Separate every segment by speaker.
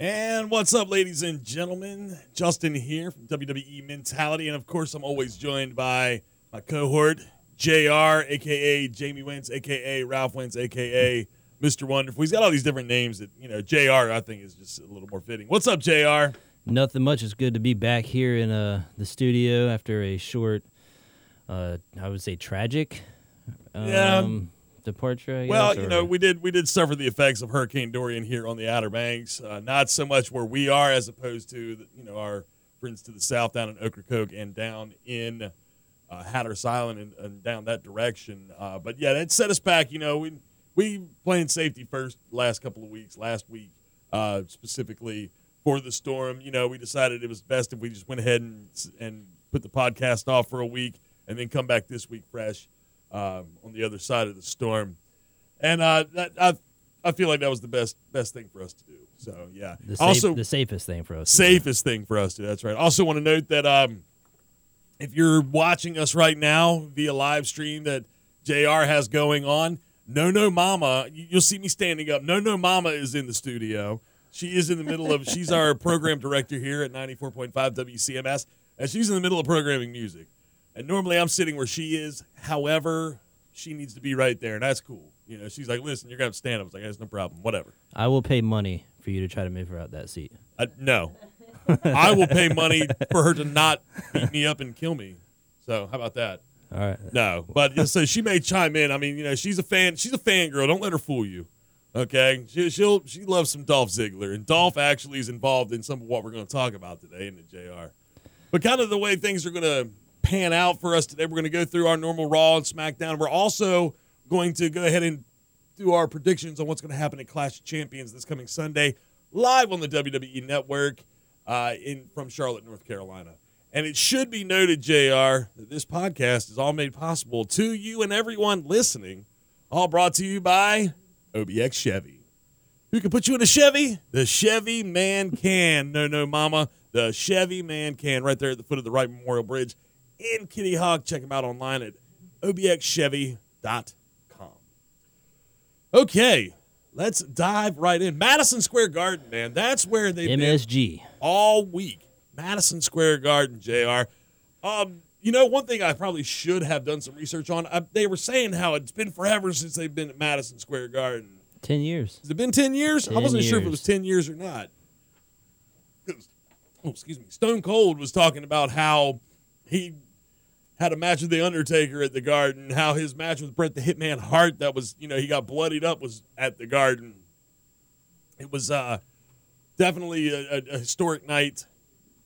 Speaker 1: And what's up, ladies and gentlemen? Justin here from WWE Mentality. And of course, I'm always joined by my cohort, JR, aka Jamie Wentz, aka Ralph Wentz, aka Mr. Wonderful. He's got all these different names that, you know, JR, I think, is just a little more fitting. What's up, JR?
Speaker 2: Nothing much. It's good to be back here in uh, the studio after a short, uh, I would say, tragic um,
Speaker 1: Yeah.
Speaker 2: departure. I
Speaker 1: Well,
Speaker 2: guess,
Speaker 1: you
Speaker 2: or-
Speaker 1: know, we did we did suffer the effects of Hurricane Dorian here on the Outer Banks. Uh, not so much where we are, as opposed to the, you know our friends to the south down in Ocracoke and down in uh, Hatteras Island and, and down that direction. Uh, but yeah, that set us back. You know, we we playing safety first last couple of weeks, last week uh, specifically for the storm. You know, we decided it was best if we just went ahead and and put the podcast off for a week and then come back this week fresh um, on the other side of the storm. And uh, that, I I feel like that was the best best thing for us to do. So yeah,
Speaker 2: the, safe,
Speaker 1: also
Speaker 2: the safest thing for us. to do.
Speaker 1: safest thing for us to. That's right. Also, want to note that um, if you're watching us right now via live stream that Jr. has going on, No No Mama, you- you'll see me standing up. No No Mama is in the studio. She is in the middle of. She's our program director here at 94.5 WCMS, and she's in the middle of programming music. And normally I'm sitting where she is. However, she needs to be right there, and that's cool. You know, she's like, "Listen, you're gonna have to stand up." I was like, "That's no problem. Whatever."
Speaker 2: I will pay money for you to try to move her out that seat.
Speaker 1: Uh, no. I will pay money for her to not beat me up and kill me. So how about that?
Speaker 2: All right.
Speaker 1: No, but yeah, so she may chime in. I mean, you know, she's a fan. She's a fangirl. Don't let her fool you. Okay, she, she'll she loves some Dolph Ziggler, and Dolph actually is involved in some of what we're going to talk about today in the Jr. But kind of the way things are going to pan out for us today, we're going to go through our normal Raw and SmackDown. We're also going to go ahead and do our predictions on what's going to happen at Clash of Champions this coming Sunday, live on the WWE Network uh, in from Charlotte, North Carolina. And it should be noted, JR, that this podcast is all made possible to you and everyone listening, all brought to you by OBX Chevy. Who can put you in a Chevy? The Chevy man can. No, no, mama. The Chevy man can. Right there at the foot of the Wright Memorial Bridge in Kitty Hawk. Check him out online at obxchevy.com. Okay, let's dive right in. Madison Square Garden, man. That's where they've been
Speaker 2: MSG.
Speaker 1: all week. Madison Square Garden, JR. Um, you know, one thing I probably should have done some research on, I, they were saying how it's been forever since they've been at Madison Square Garden.
Speaker 2: Ten years.
Speaker 1: Has it been 10 years? I
Speaker 2: 10
Speaker 1: wasn't sure if it
Speaker 2: years.
Speaker 1: was 10 years or not. 'Cause- Oh, excuse me. Stone Cold was talking about how he had a match with The Undertaker at the Garden, how his match with Bret the Hitman Hart, that was, you know, he got bloodied up, was at the Garden. It was uh, definitely a, a, a historic night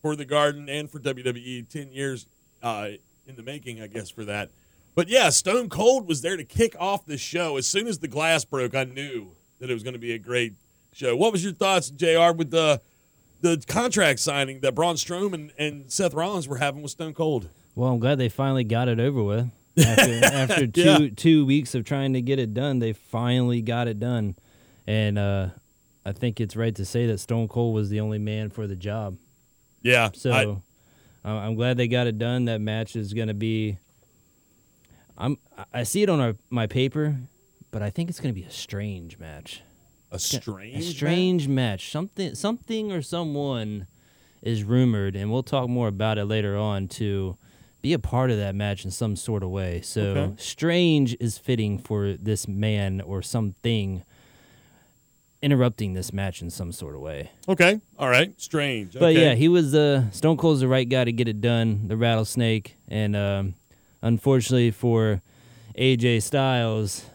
Speaker 1: for the Garden and for WWE. 10 years uh, in the making, I guess, for that. But yeah, Stone Cold was there to kick off the show. As soon as the glass broke, I knew that it was going to be a great show. What was your thoughts, Jr. with the the contract signing that Braun Strowman and Seth Rollins were having with Stone Cold?
Speaker 2: Well, I'm glad they finally got it over with. After, after two
Speaker 1: Yeah.
Speaker 2: two weeks of trying to get it done, they finally got it done, and uh, I think it's right to say that Stone Cold was the only man for the job.
Speaker 1: Yeah,
Speaker 2: So
Speaker 1: I-
Speaker 2: I, I'm glad they got it done. That match is going to be. I'm I- I see it on our, my paper, but I think it's going to be a strange match.
Speaker 1: a strange,
Speaker 2: A
Speaker 1: match?
Speaker 2: strange match. Something something or someone is rumored and we'll talk more about it later on to be a part of that match in some sort of way. So
Speaker 1: Okay.
Speaker 2: strange is fitting for this man or something interrupting this match in some sort of way.
Speaker 1: Okay, all right, strange.
Speaker 2: But
Speaker 1: okay.
Speaker 2: yeah, he was uh, Stone Cold's the right guy to get it done. The rattlesnake, and um, unfortunately for AJ Styles,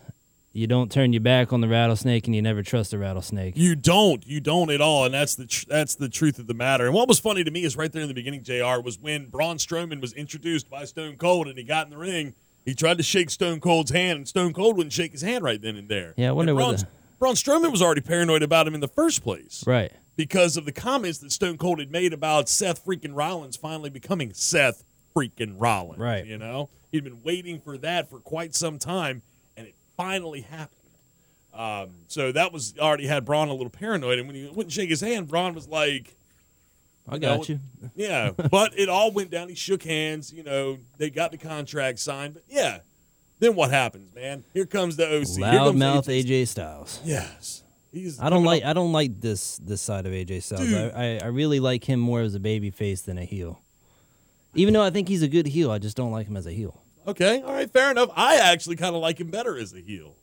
Speaker 2: you don't turn your back on the rattlesnake, and you never trust the rattlesnake.
Speaker 1: You don't. You don't at all, and that's the tr- that's the truth of the matter. And what was funny to me is right there in the beginning, Jr. was when Braun Strowman was introduced by Stone Cold, and he got in the ring. He tried to shake Stone Cold's hand, and Stone Cold wouldn't shake his hand right then and there.
Speaker 2: Yeah, I wonder
Speaker 1: And
Speaker 2: what
Speaker 1: Braun,
Speaker 2: the-
Speaker 1: Braun Strowman was already paranoid about him in the first place
Speaker 2: Right.
Speaker 1: because of the comments that Stone Cold had made about Seth freaking Rollins finally becoming Seth freaking Rollins.
Speaker 2: Right.
Speaker 1: You know, he'd been waiting for that for quite some time, and it finally happened. Um, so that was already had Braun a little paranoid, and when he wouldn't shake his hand, Braun was like,
Speaker 2: I
Speaker 1: know,
Speaker 2: got you.
Speaker 1: "Yeah." but it all went down. He shook hands. You know, they got the contract signed. But yeah, then what happens, man? Here comes the OC. Here comes
Speaker 2: Loudmouth
Speaker 1: AJ.
Speaker 2: AJ Styles.
Speaker 1: Yes. He's
Speaker 2: I don't
Speaker 1: coming
Speaker 2: like
Speaker 1: up-
Speaker 2: I don't like this this side of AJ Styles.
Speaker 1: Dude.
Speaker 2: I, I, I really like him more as a baby face than a heel. Even though I think he's a good heel, I just don't like him as a heel.
Speaker 1: Okay, all right, fair enough. I actually kind of like him better as a heel.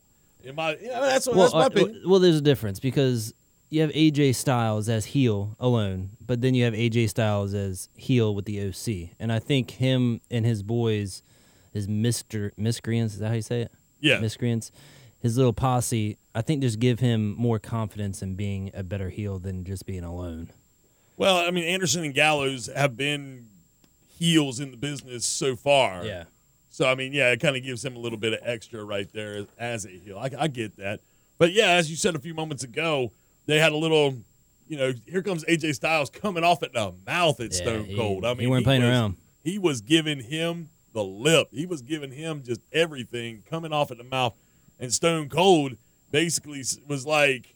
Speaker 1: In my, yeah, that's what that's my
Speaker 2: uh,
Speaker 1: opinion.
Speaker 2: well, there's a difference because you have AJ Styles as heel alone, but then you have AJ Styles as heel with the OC, and I think him and his boys, his Mister miscreants, is that how you say it?
Speaker 1: Yeah,
Speaker 2: miscreants, his little posse, I think just give him more confidence in being a better heel than just being alone.
Speaker 1: Well, I mean, Anderson and Gallows have been heels in the business so far.
Speaker 2: Yeah.
Speaker 1: So I mean, yeah, it kind of gives him a little bit of extra right there as, as a heel. I, I get that, but yeah, as you said a few moments ago, they had a little, you know, here comes AJ Styles coming off at the mouth at
Speaker 2: Yeah,
Speaker 1: Stone
Speaker 2: he-
Speaker 1: Cold. I
Speaker 2: he
Speaker 1: mean,
Speaker 2: weren't playing
Speaker 1: was-
Speaker 2: around.
Speaker 1: He was giving him the lip. He was giving him just everything coming off at the mouth, and Stone Cold basically s- was like,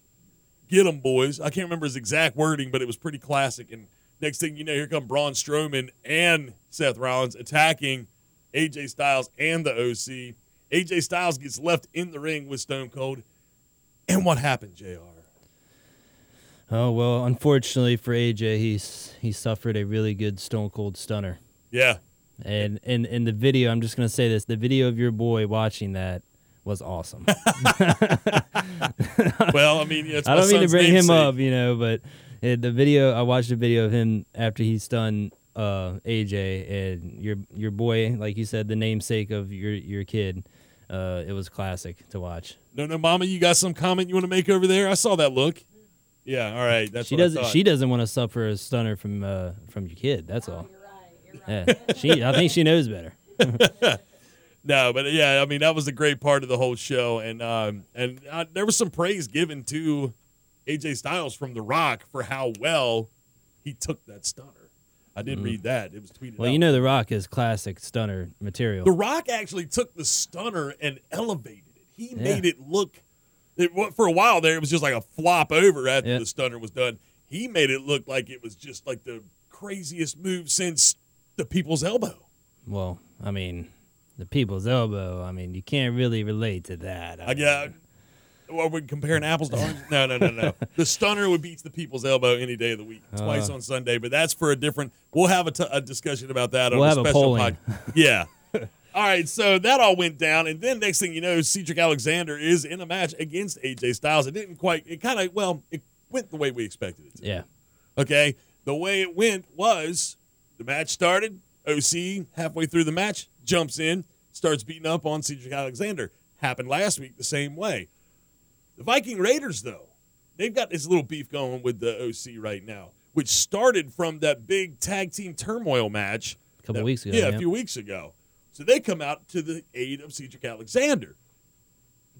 Speaker 1: "Get them, boys." I can't remember his exact wording, but it was pretty classic. And next thing you know, here come Braun Strowman and Seth Rollins attacking AJ Styles and the OC. AJ Styles gets left in the ring with Stone Cold, and what happened, Jr.
Speaker 2: Oh well, unfortunately for AJ, he's he suffered a really good Stone Cold Stunner.
Speaker 1: Yeah,
Speaker 2: And in in the video, I'm just gonna say this: the video of your boy watching that was awesome.
Speaker 1: well, I mean, it's
Speaker 2: I
Speaker 1: my
Speaker 2: don't mean to
Speaker 1: son's
Speaker 2: bring him
Speaker 1: namesake.
Speaker 2: up, you know, but uh, the video I watched a video of him after he stunned uh, AJ and your your boy, like you said, the namesake of your your kid. Uh, it was classic to watch.
Speaker 1: No, no, Mama, you got some comment you want to make over there? I saw that look. Yeah, all right. That's
Speaker 2: she
Speaker 1: what I
Speaker 2: doesn't
Speaker 1: thought.
Speaker 2: she doesn't want to suffer a stunner from uh, from your kid. That's all.
Speaker 3: Oh, You're right. You're right.
Speaker 2: Yeah, she. I think she knows better.
Speaker 1: No, but yeah, I mean that was a great part of the whole show, and um, and uh, there was some praise given to AJ Styles from The Rock for how well he took that stunner. I did read that; it was tweeted.
Speaker 2: Mm-hmm. Well,
Speaker 1: out.
Speaker 2: you know, The Rock is classic stunner material.
Speaker 1: The Rock actually took the stunner and elevated it. He
Speaker 2: Yeah.
Speaker 1: made it look. It, wa- for a while there, it was just like a flop over after
Speaker 2: Yeah.
Speaker 1: the stunner was done. He made it look like it was just like the craziest move since the people's elbow.
Speaker 2: well, I mean, the people's elbow. I mean, you can't really relate to that.
Speaker 1: I got. Well, we're comparing apples to oranges. No, no, no, no. Uh-huh. the stunner would beat the people's elbow any day of the week, twice on Sunday. But that's for a different. We'll have a, t- a discussion about that
Speaker 2: We'll
Speaker 1: on
Speaker 2: have
Speaker 1: a
Speaker 2: a
Speaker 1: special
Speaker 2: polling.
Speaker 1: pod- Yeah. all right. So that all went down, and then next thing you know, Cedric Alexander is in a match against AJ Styles. It didn't quite. It kind of well. It went the way we expected it to.
Speaker 2: Yeah.
Speaker 1: Okay. The way it went was the match started. OC, halfway through the match, jumps in, starts beating up on Cedric Alexander. Happened last week the same way. The Viking Raiders, though, they've got this little beef going with the OC right now, which started from that big tag team turmoil match
Speaker 2: A couple
Speaker 1: that-
Speaker 2: weeks ago.
Speaker 1: Yeah,
Speaker 2: yeah.
Speaker 1: a few weeks ago. So they come out to the aid of Cedric Alexander.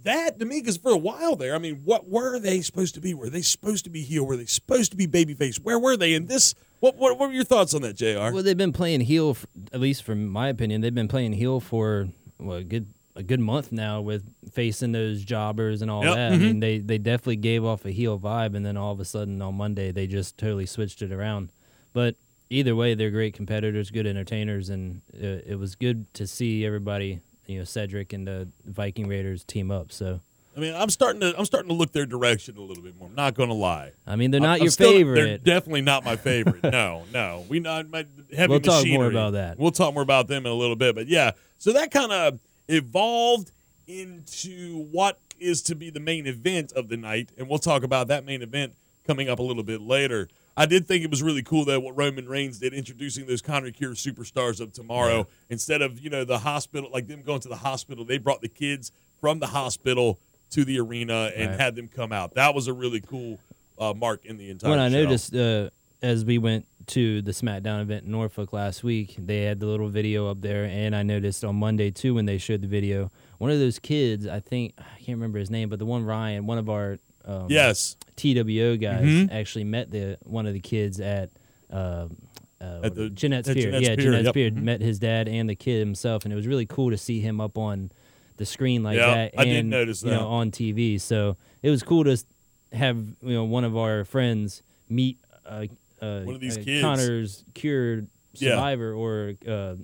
Speaker 1: That to me, because for a while there, I mean, what were they supposed to be? Were they supposed to be heel? Were they supposed to be babyface? Where were they in this? What, what what were your thoughts on that, Jr?
Speaker 2: Well, they've been playing heel, f at least from my opinion, they've been playing heel for well, a good a good month now with facing those jobbers and all
Speaker 1: Yep, mm-hmm.
Speaker 2: that. I mean, they they definitely gave off a heel vibe, and then all of a sudden on Monday they just totally switched it around. But either way, they're great competitors, good entertainers, and uh, it, it was good to see everybody. You know, Cedric and the Viking Raiders team up. So,
Speaker 1: I mean, I'm starting to I'm starting to look their direction a little bit more. I'm not going to lie.
Speaker 2: I mean, they're
Speaker 1: I'm-
Speaker 2: not
Speaker 1: I'm
Speaker 2: your
Speaker 1: still- They're
Speaker 2: favorite.
Speaker 1: definitely not my favorite. no, no. We not my heavy
Speaker 2: We'll talk more
Speaker 1: machinery.
Speaker 2: about that.
Speaker 1: We'll talk more about them in a little bit. But yeah, so that kind of evolved into what is to be the main event of the night, and we'll talk about that main event coming up a little bit later. I did think it was really cool that what Roman Reigns did, introducing those Conor Cure superstars of tomorrow. Instead of you know the hospital, like them going to the hospital, they brought the kids from the hospital to the arena and
Speaker 2: Right.
Speaker 1: had them come out. That was a really cool uh, mark in the entire.
Speaker 2: When I
Speaker 1: show.
Speaker 2: noticed uh, as we went to the SmackDown event in Norfolk last week, they had the little video up there, and I noticed on Monday too when they showed the video, one of those kids, I think I can't remember his name, but the one Ryan, one of our um,
Speaker 1: yes,
Speaker 2: TWO guys,
Speaker 1: Mhm.
Speaker 2: actually met the one of the kids at. Uh, uh,
Speaker 1: At the-
Speaker 2: Jeanette's
Speaker 1: at
Speaker 2: Pier.
Speaker 1: Jeanette's
Speaker 2: yeah,
Speaker 1: Pier,
Speaker 2: Jeanette's
Speaker 1: yep.
Speaker 2: Pier
Speaker 1: Mhm.
Speaker 2: met his dad and the kid himself, and it was really cool to see him up on the screen like
Speaker 1: Yeah,
Speaker 2: that.
Speaker 1: I did
Speaker 2: and,
Speaker 1: notice
Speaker 2: you
Speaker 1: that.
Speaker 2: know, on TV. So it was cool to s- have you know one of our friends meet uh, uh,
Speaker 1: One of these
Speaker 2: uh,
Speaker 1: kids.
Speaker 2: Connor's cured
Speaker 1: Yeah.
Speaker 2: survivor or uh,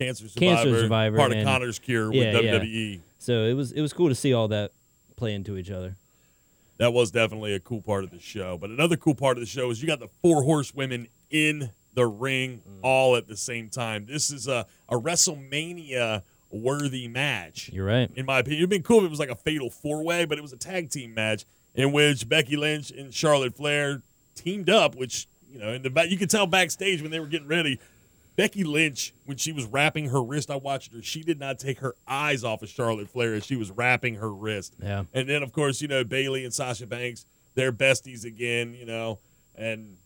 Speaker 1: cancer survivor,
Speaker 2: Cancer survivor
Speaker 1: part of
Speaker 2: and-
Speaker 1: Connor's cure
Speaker 2: Yeah,
Speaker 1: with E.
Speaker 2: yeah.
Speaker 1: WWE.
Speaker 2: so it was it was cool to see all that play into each other.
Speaker 1: that was definitely a cool part of the show. But another cool part of the show is you got the four horsewomen in the ring all at the same time. This is a, a WrestleMania worthy match,
Speaker 2: You're right.
Speaker 1: in my opinion. It'd been cool if it was like a fatal four way, but it was a tag team match in which Becky Lynch and Charlotte Flair teamed up, which, you know, in the back, you could tell backstage when they were getting ready. Becky Lynch, when she was wrapping her wrist, I watched her. She did not take her eyes off of Charlotte Flair as she was wrapping her wrist.
Speaker 2: Yeah.
Speaker 1: And then, of course, you know, Bailey and Sasha Banks, they're besties again, you know. And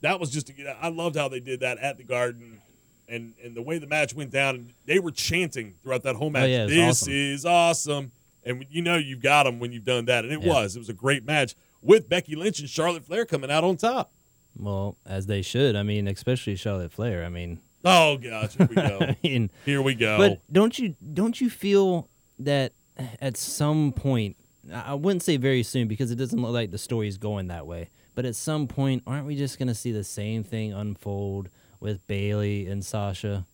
Speaker 1: that was just, you know, I loved how they did that at the Garden and, and the way the match went down. And they were chanting throughout that whole match,
Speaker 2: Oh, yeah, it was
Speaker 1: this
Speaker 2: awesome.
Speaker 1: is awesome. And you know, you've got them when you've done that. And it
Speaker 2: Yeah.
Speaker 1: was, it was a great match with Becky Lynch and Charlotte Flair coming out on top.
Speaker 2: Well, as they should. I mean, especially Charlotte Flair. I mean,
Speaker 1: Oh, gosh, here we go.
Speaker 2: I mean,
Speaker 1: here we go.
Speaker 2: but don't you don't you feel that at some point? I I wouldn't say very soon because it doesn't look like the story's going that way. But at some point, aren't we just gonna see the same thing unfold with Bailey and Sasha?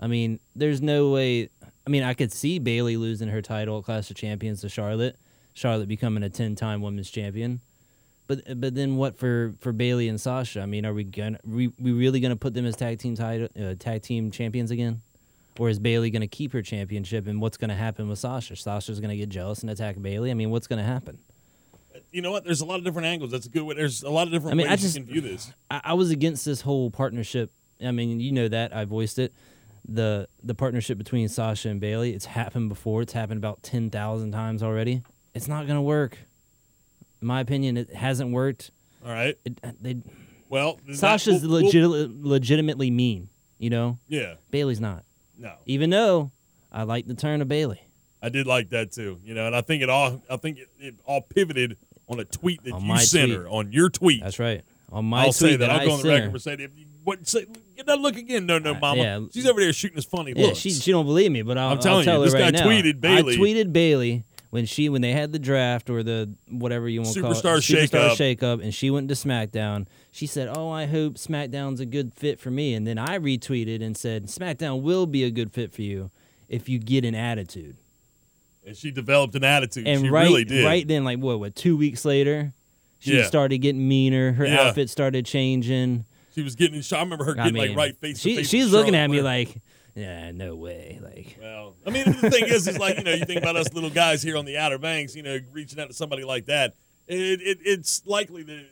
Speaker 2: I mean, there's no way. I mean, I could see Bailey losing her title at Clash of Champions to Charlotte, Charlotte becoming a ten-time women's champion. But but then what for for Bailey and Sasha? I mean, are we gonna we, we really gonna put them as tag team title uh, tag team champions again, or is Bailey gonna keep her championship? And what's gonna happen with Sasha? Sasha's gonna get jealous and attack Bailey. I mean, what's gonna happen?
Speaker 1: you know what? There's a lot of different angles. That's a good way. There's a lot of different
Speaker 2: I mean,
Speaker 1: ways
Speaker 2: I just-
Speaker 1: you can view this.
Speaker 2: I, I was against this whole partnership. I mean, you know that I voiced it. The the partnership between Sasha and Bailey. It's happened before. It's happened about ten thousand times already. It's not gonna work. In my opinion, it hasn't worked.
Speaker 1: All right.
Speaker 2: It, they
Speaker 1: Well, that-
Speaker 2: Sasha's
Speaker 1: we'll- we'll-
Speaker 2: legit, legitimately mean, you know.
Speaker 1: Yeah.
Speaker 2: Bailey's not.
Speaker 1: No.
Speaker 2: Even though I like the turn of Bailey.
Speaker 1: I did like that too, you know, and I think it all I think it, it all pivoted on a tweet that
Speaker 2: On
Speaker 1: you
Speaker 2: my
Speaker 1: sent
Speaker 2: tweet.
Speaker 1: her on your tweet.
Speaker 2: That's right. On my
Speaker 1: I'll
Speaker 2: tweet
Speaker 1: say that.
Speaker 2: I
Speaker 1: I'll go on the
Speaker 2: sent her-
Speaker 1: record for saying if you what say get that look again, no no
Speaker 2: Uh,
Speaker 1: mama.
Speaker 2: yeah.
Speaker 1: She's over there shooting us funny
Speaker 2: Yeah,
Speaker 1: looks.
Speaker 2: she she don't believe me, but I'll,
Speaker 1: I'm
Speaker 2: I'm
Speaker 1: telling
Speaker 2: tell
Speaker 1: you,
Speaker 2: her
Speaker 1: this
Speaker 2: right
Speaker 1: guy
Speaker 2: now.
Speaker 1: tweeted Bailey.
Speaker 2: I tweeted Bailey when she when they had the draft or the whatever you want to call it,
Speaker 1: Superstar shakeup.
Speaker 2: superstar shakeup, and she went to SmackDown. She said, "Oh, I hope SmackDown's a good fit for me." And then I retweeted and said, "SmackDown will be a good fit for you if you get an attitude."
Speaker 1: and she developed an attitude.
Speaker 2: and
Speaker 1: she
Speaker 2: right,
Speaker 1: really did.
Speaker 2: right then, like what, what, two weeks later, she
Speaker 1: Yeah.
Speaker 2: started getting meaner. Her
Speaker 1: Yeah.
Speaker 2: outfit started changing.
Speaker 1: She was getting in shot. I remember her
Speaker 2: I
Speaker 1: getting
Speaker 2: mean,
Speaker 1: like right face
Speaker 2: she,
Speaker 1: to face.
Speaker 2: she's
Speaker 1: with
Speaker 2: looking
Speaker 1: Charlotte
Speaker 2: at me
Speaker 1: Flair.
Speaker 2: like, yeah, no way. Like,
Speaker 1: Well, I mean, the thing is, is like you know, you think about us little guys here on the Outer Banks, you know, reaching out to somebody like that. It, it it's likely that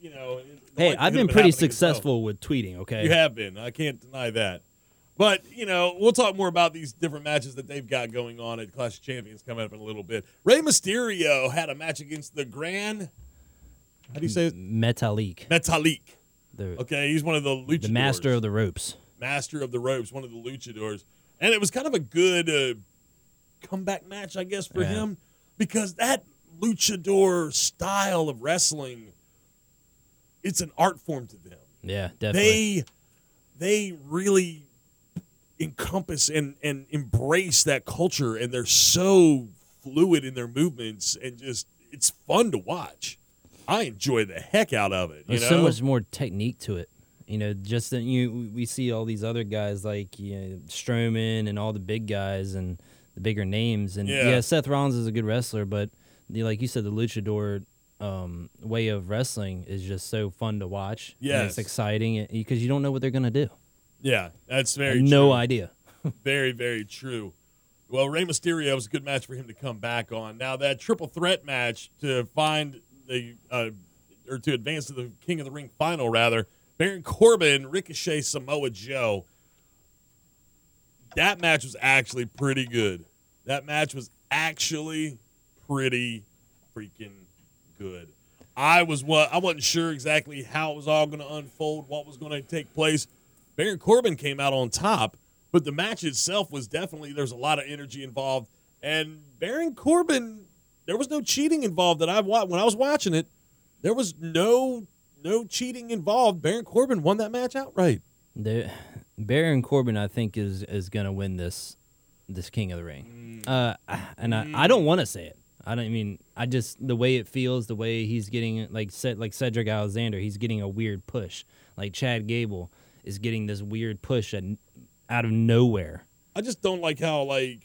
Speaker 1: you know. the
Speaker 2: hey,
Speaker 1: likelihood
Speaker 2: I've
Speaker 1: of
Speaker 2: been
Speaker 1: it
Speaker 2: pretty
Speaker 1: happening is low.
Speaker 2: successful with tweeting. Okay,
Speaker 1: You have been. I can't deny that. But, you know, we'll talk more about these different matches that they've got going on at Clash of Champions coming up in a little bit. Rey Mysterio had a match against the Grand. How do you say it?
Speaker 2: Metalik,
Speaker 1: Metalik.
Speaker 2: the,
Speaker 1: Okay, he's one of the luchadors.
Speaker 2: the master of the ropes.
Speaker 1: master of the ropes, one of the luchadors. And it was kind of a good uh, comeback match, I guess, for
Speaker 2: Yeah.
Speaker 1: him because that luchador style of wrestling, it's an art form to them
Speaker 2: Yeah, definitely.
Speaker 1: they they really encompass and and embrace that culture and they're so fluid in their movements and just it's fun to watch i enjoy the heck out of it you
Speaker 2: There's
Speaker 1: know
Speaker 2: so much more technique to it. You know, just that you we see all these other guys like you know, Strowman and all the big guys and the bigger names. And
Speaker 1: Yeah.
Speaker 2: yeah, Seth Rollins is a good wrestler, but the, like you said, the luchador um, way of wrestling is just so fun to watch. and
Speaker 1: Yes.
Speaker 2: it's exciting because you don't know what they're gonna do.
Speaker 1: yeah that's
Speaker 2: I
Speaker 1: very
Speaker 2: have no
Speaker 1: true.
Speaker 2: idea.
Speaker 1: very very true well Rey mysterio was a good match for him to come back on now that triple threat match to find the uh, or to advance to the king of the ring final rather baron corbin ricochet samoa joe that match was actually pretty good. That match was actually pretty freaking good. I was what I wasn't sure exactly how it was all going to unfold, what was going to take place. Baron Corbin came out on top, but the match itself was definitely there's a lot of energy involved, and Baron Corbin there was no cheating involved that I wa- when I was watching it. There was no no cheating involved. Baron Corbin won that match outright.
Speaker 2: The Baron Corbin, I think, is is gonna win this this King of the Ring.
Speaker 1: Mm.
Speaker 2: Uh, and I, I don't want to say it. I don't I mean. I just the way it feels, the way he's getting like set like Cedric Alexander, he's getting a weird push. Like Chad Gable is getting this weird push and out of nowhere.
Speaker 1: I just don't like how like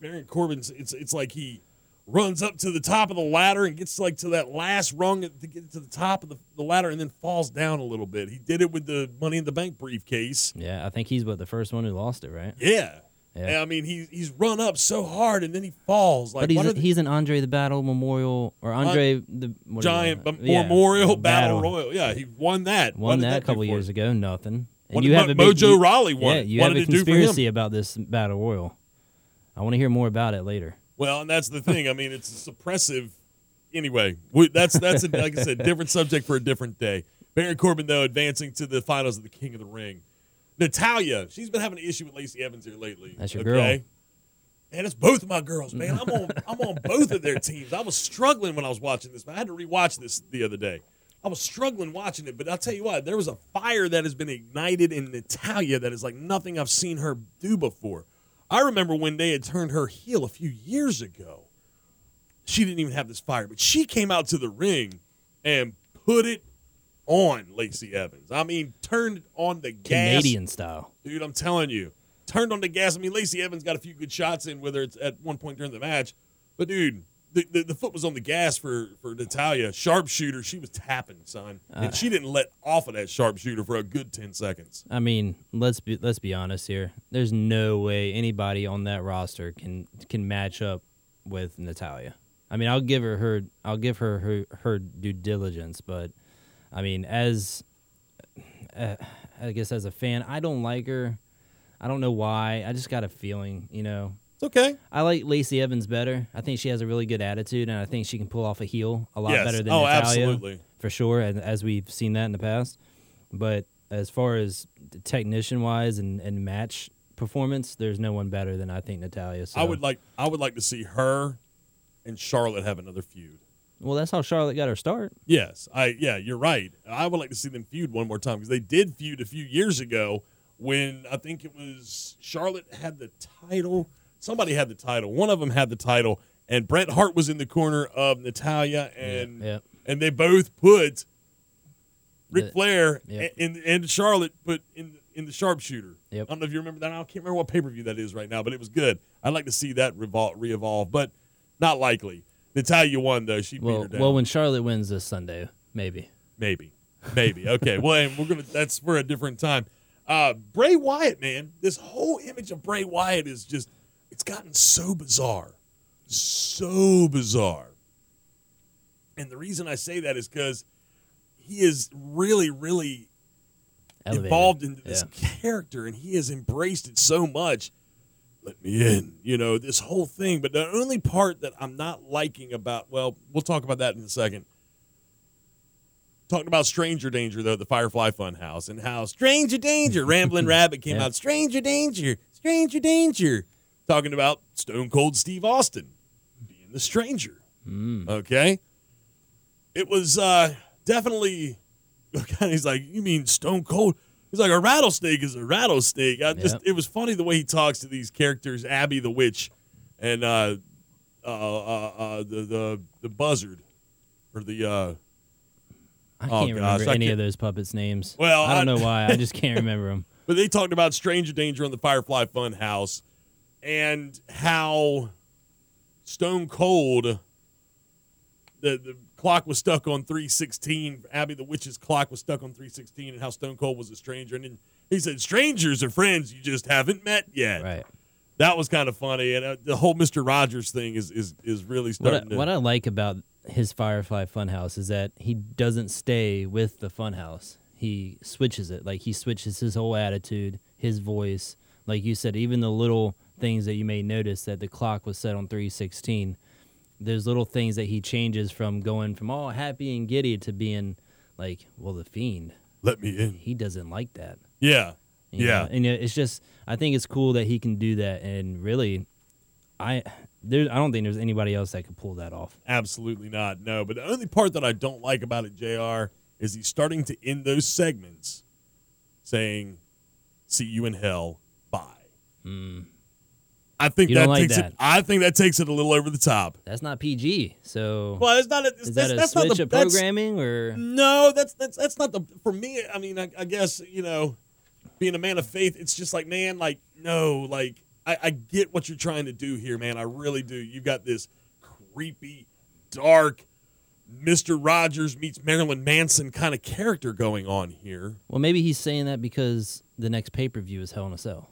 Speaker 1: Baron Corbin's. It's it's like he runs up to the top of the ladder and gets like to that last rung to get to the top of the, the ladder and then falls down a little bit. He did it with the money in the bank briefcase.
Speaker 2: Yeah, I think he's what the first one who lost it, right?
Speaker 1: Yeah.
Speaker 2: Yeah.
Speaker 1: And, I mean, he, he's run up so hard and then he falls. Like,
Speaker 2: but
Speaker 1: what
Speaker 2: he's
Speaker 1: are the-
Speaker 2: he's an Andre the Battle Memorial or Andre the what is it?
Speaker 1: giant b-
Speaker 2: Yeah,
Speaker 1: memorial battle, royal. Yeah, he won that. What
Speaker 2: Won
Speaker 1: did
Speaker 2: that a
Speaker 1: do
Speaker 2: couple
Speaker 1: for
Speaker 2: years
Speaker 1: him?
Speaker 2: ago. Nothing. And
Speaker 1: What
Speaker 2: you
Speaker 1: did
Speaker 2: have a
Speaker 1: Mo-
Speaker 2: big,
Speaker 1: Mojo
Speaker 2: you-
Speaker 1: Raleigh won.
Speaker 2: Yeah,
Speaker 1: it.
Speaker 2: you
Speaker 1: what
Speaker 2: have
Speaker 1: did
Speaker 2: a
Speaker 1: it do for him?
Speaker 2: conspiracy about this battle royal. I want to hear more about it later.
Speaker 1: Well, and that's the thing. I mean, it's suppressive. Anyway, we, that's that's a, like I said, different subject for a different day. Baron Corbin though advancing to the finals of the King of the Ring. Natalia, she's been having an issue with Lacey Evans here lately.
Speaker 2: That's your girl.
Speaker 1: Man, it's both of my girls, man. I'm on I'm on both of their teams. I was struggling when I was watching this, but I had to rewatch this the other day. I was struggling watching it, but I'll tell you what, there was a fire that has been ignited in Natalia that is like nothing I've seen her do before. I remember when they had turned her heel a few years ago. She didn't even have this fire, but she came out to the ring and put it on Lacey Evans. I mean, turned on the gas.
Speaker 2: Canadian style.
Speaker 1: Dude, I'm telling you. Turned on the gas. I mean, Lacey Evans got a few good shots in, whether it's at one point during the match. But, dude, the, the, the foot was on the gas for, for Natalia. Sharpshooter, she was tapping, son.
Speaker 2: Uh.
Speaker 1: and she didn't let off of that sharpshooter for a good 10 seconds.
Speaker 2: I mean, let's be let's be honest here. There's no way anybody on that roster can can match up with Natalia. I mean, I'll give her her I'll give her her, her due diligence, but I mean, as uh, I guess as a fan, I don't like her. I don't know why. I just got a feeling, you know.
Speaker 1: It's okay.
Speaker 2: I like Lacey Evans better. I think she has a really good attitude, and I think she can pull off a heel a lot
Speaker 1: Yes.
Speaker 2: better than
Speaker 1: Oh,
Speaker 2: Natalia,
Speaker 1: absolutely.
Speaker 2: for sure. And as we've seen that in the past, but as far as technician wise and, and match performance, there's no one better than I think Natalia. So.
Speaker 1: I would like I would like to see her and Charlotte have another feud.
Speaker 2: Well, that's how Charlotte got her start.
Speaker 1: Yes, I yeah, you're right. I would like to see them feud one more time because they did feud a few years ago when I think it was Charlotte had the title. Somebody had the title. One of them had the title, and Bret Hart was in the corner of Natalia and
Speaker 2: yep.
Speaker 1: and they both put Ric
Speaker 2: The-
Speaker 1: Flair
Speaker 2: yep.
Speaker 1: and, and Charlotte put in in the sharpshooter.
Speaker 2: Yep.
Speaker 1: I don't know if you remember that. I can't remember what pay per view that is right now, but it was good. I'd like to see that revol- re-evolve, but not likely. Natalia won though. She beat
Speaker 2: Well,
Speaker 1: her down.
Speaker 2: well, when Charlotte wins this Sunday, maybe.
Speaker 1: Maybe. Maybe. Okay. well, and we're gonna that's for a different time. Uh Bray Wyatt, man, this whole image of Bray Wyatt is just it's gotten so bizarre. So bizarre. And the reason I say that is because he is really, really
Speaker 2: Elevated.
Speaker 1: evolved into this
Speaker 2: Yeah.
Speaker 1: character and he has embraced it so much. Let me in, you know, this whole thing. But the only part that I'm not liking about, well, we'll talk about that in a second. Talking about Stranger Danger, though, the Firefly Funhouse, and how Stranger Danger, Ramblin' Rabbit came
Speaker 2: Yeah.
Speaker 1: out, Stranger Danger, Stranger Danger. Talking about Stone Cold Steve Austin being the stranger.
Speaker 2: Mm.
Speaker 1: Okay. It was uh, definitely. He's like, you mean Stone Cold? He's like, a rattlesnake is a rattlesnake. I just,
Speaker 2: Yep.
Speaker 1: it was funny the way he talks to these characters, Abby the witch, and uh, uh, uh, uh, the the the buzzard, or the uh,
Speaker 2: I
Speaker 1: Oh,
Speaker 2: can't
Speaker 1: gosh,
Speaker 2: remember
Speaker 1: I
Speaker 2: any
Speaker 1: can't-
Speaker 2: of those puppets' names.
Speaker 1: Well,
Speaker 2: I don't
Speaker 1: I-
Speaker 2: know why. I just can't remember them.
Speaker 1: But they talked about Stranger Danger on the Firefly Funhouse and how Stone Cold, the, the clock was stuck on 316. Abby the Witch's clock was stuck on 316, and how Stone Cold was a stranger. And then he said, Strangers are friends you just haven't met yet.
Speaker 2: Right.
Speaker 1: That was kind of funny. And uh, the whole Mr. Rogers thing is, is, is really
Speaker 2: What
Speaker 1: starting
Speaker 2: I,
Speaker 1: to.
Speaker 2: what I like about his Firefly Funhouse is that he doesn't stay with the Funhouse. He switches it. Like he switches his whole attitude, his voice. Like you said, even the little things that you may notice that the clock was set on three sixteen. There's little things that he changes from going from all happy and giddy to being like, well, the fiend.
Speaker 1: Let me in.
Speaker 2: He doesn't like that.
Speaker 1: Yeah.
Speaker 2: You
Speaker 1: Yeah.
Speaker 2: know, and it- it's just I think it's cool that he can do that, and really, I there I don't think there's anybody else that could pull that off.
Speaker 1: Absolutely not. No. But the only part that I don't like about it, JR, is he's starting to end those segments saying, See you in hell. Bye. Mm. I think
Speaker 2: You
Speaker 1: that
Speaker 2: don't like
Speaker 1: takes
Speaker 2: that.
Speaker 1: it I think that takes it a little over the top.
Speaker 2: That's not PG. So
Speaker 1: Well, it's not a, it's,
Speaker 2: is that a
Speaker 1: that's
Speaker 2: switch
Speaker 1: not the
Speaker 2: of
Speaker 1: that's-
Speaker 2: programming or?
Speaker 1: No, that's that's that's not the for me. I mean, I, I guess you know, being a man of faith, it's just like man, like no, like I, I get what you're trying to do here, man. I really do. You've got this creepy, dark, Mr. Rogers meets Marilyn Manson kind of character going on here.
Speaker 2: Well, maybe he's saying that because the next pay per view is Hell in a Cell.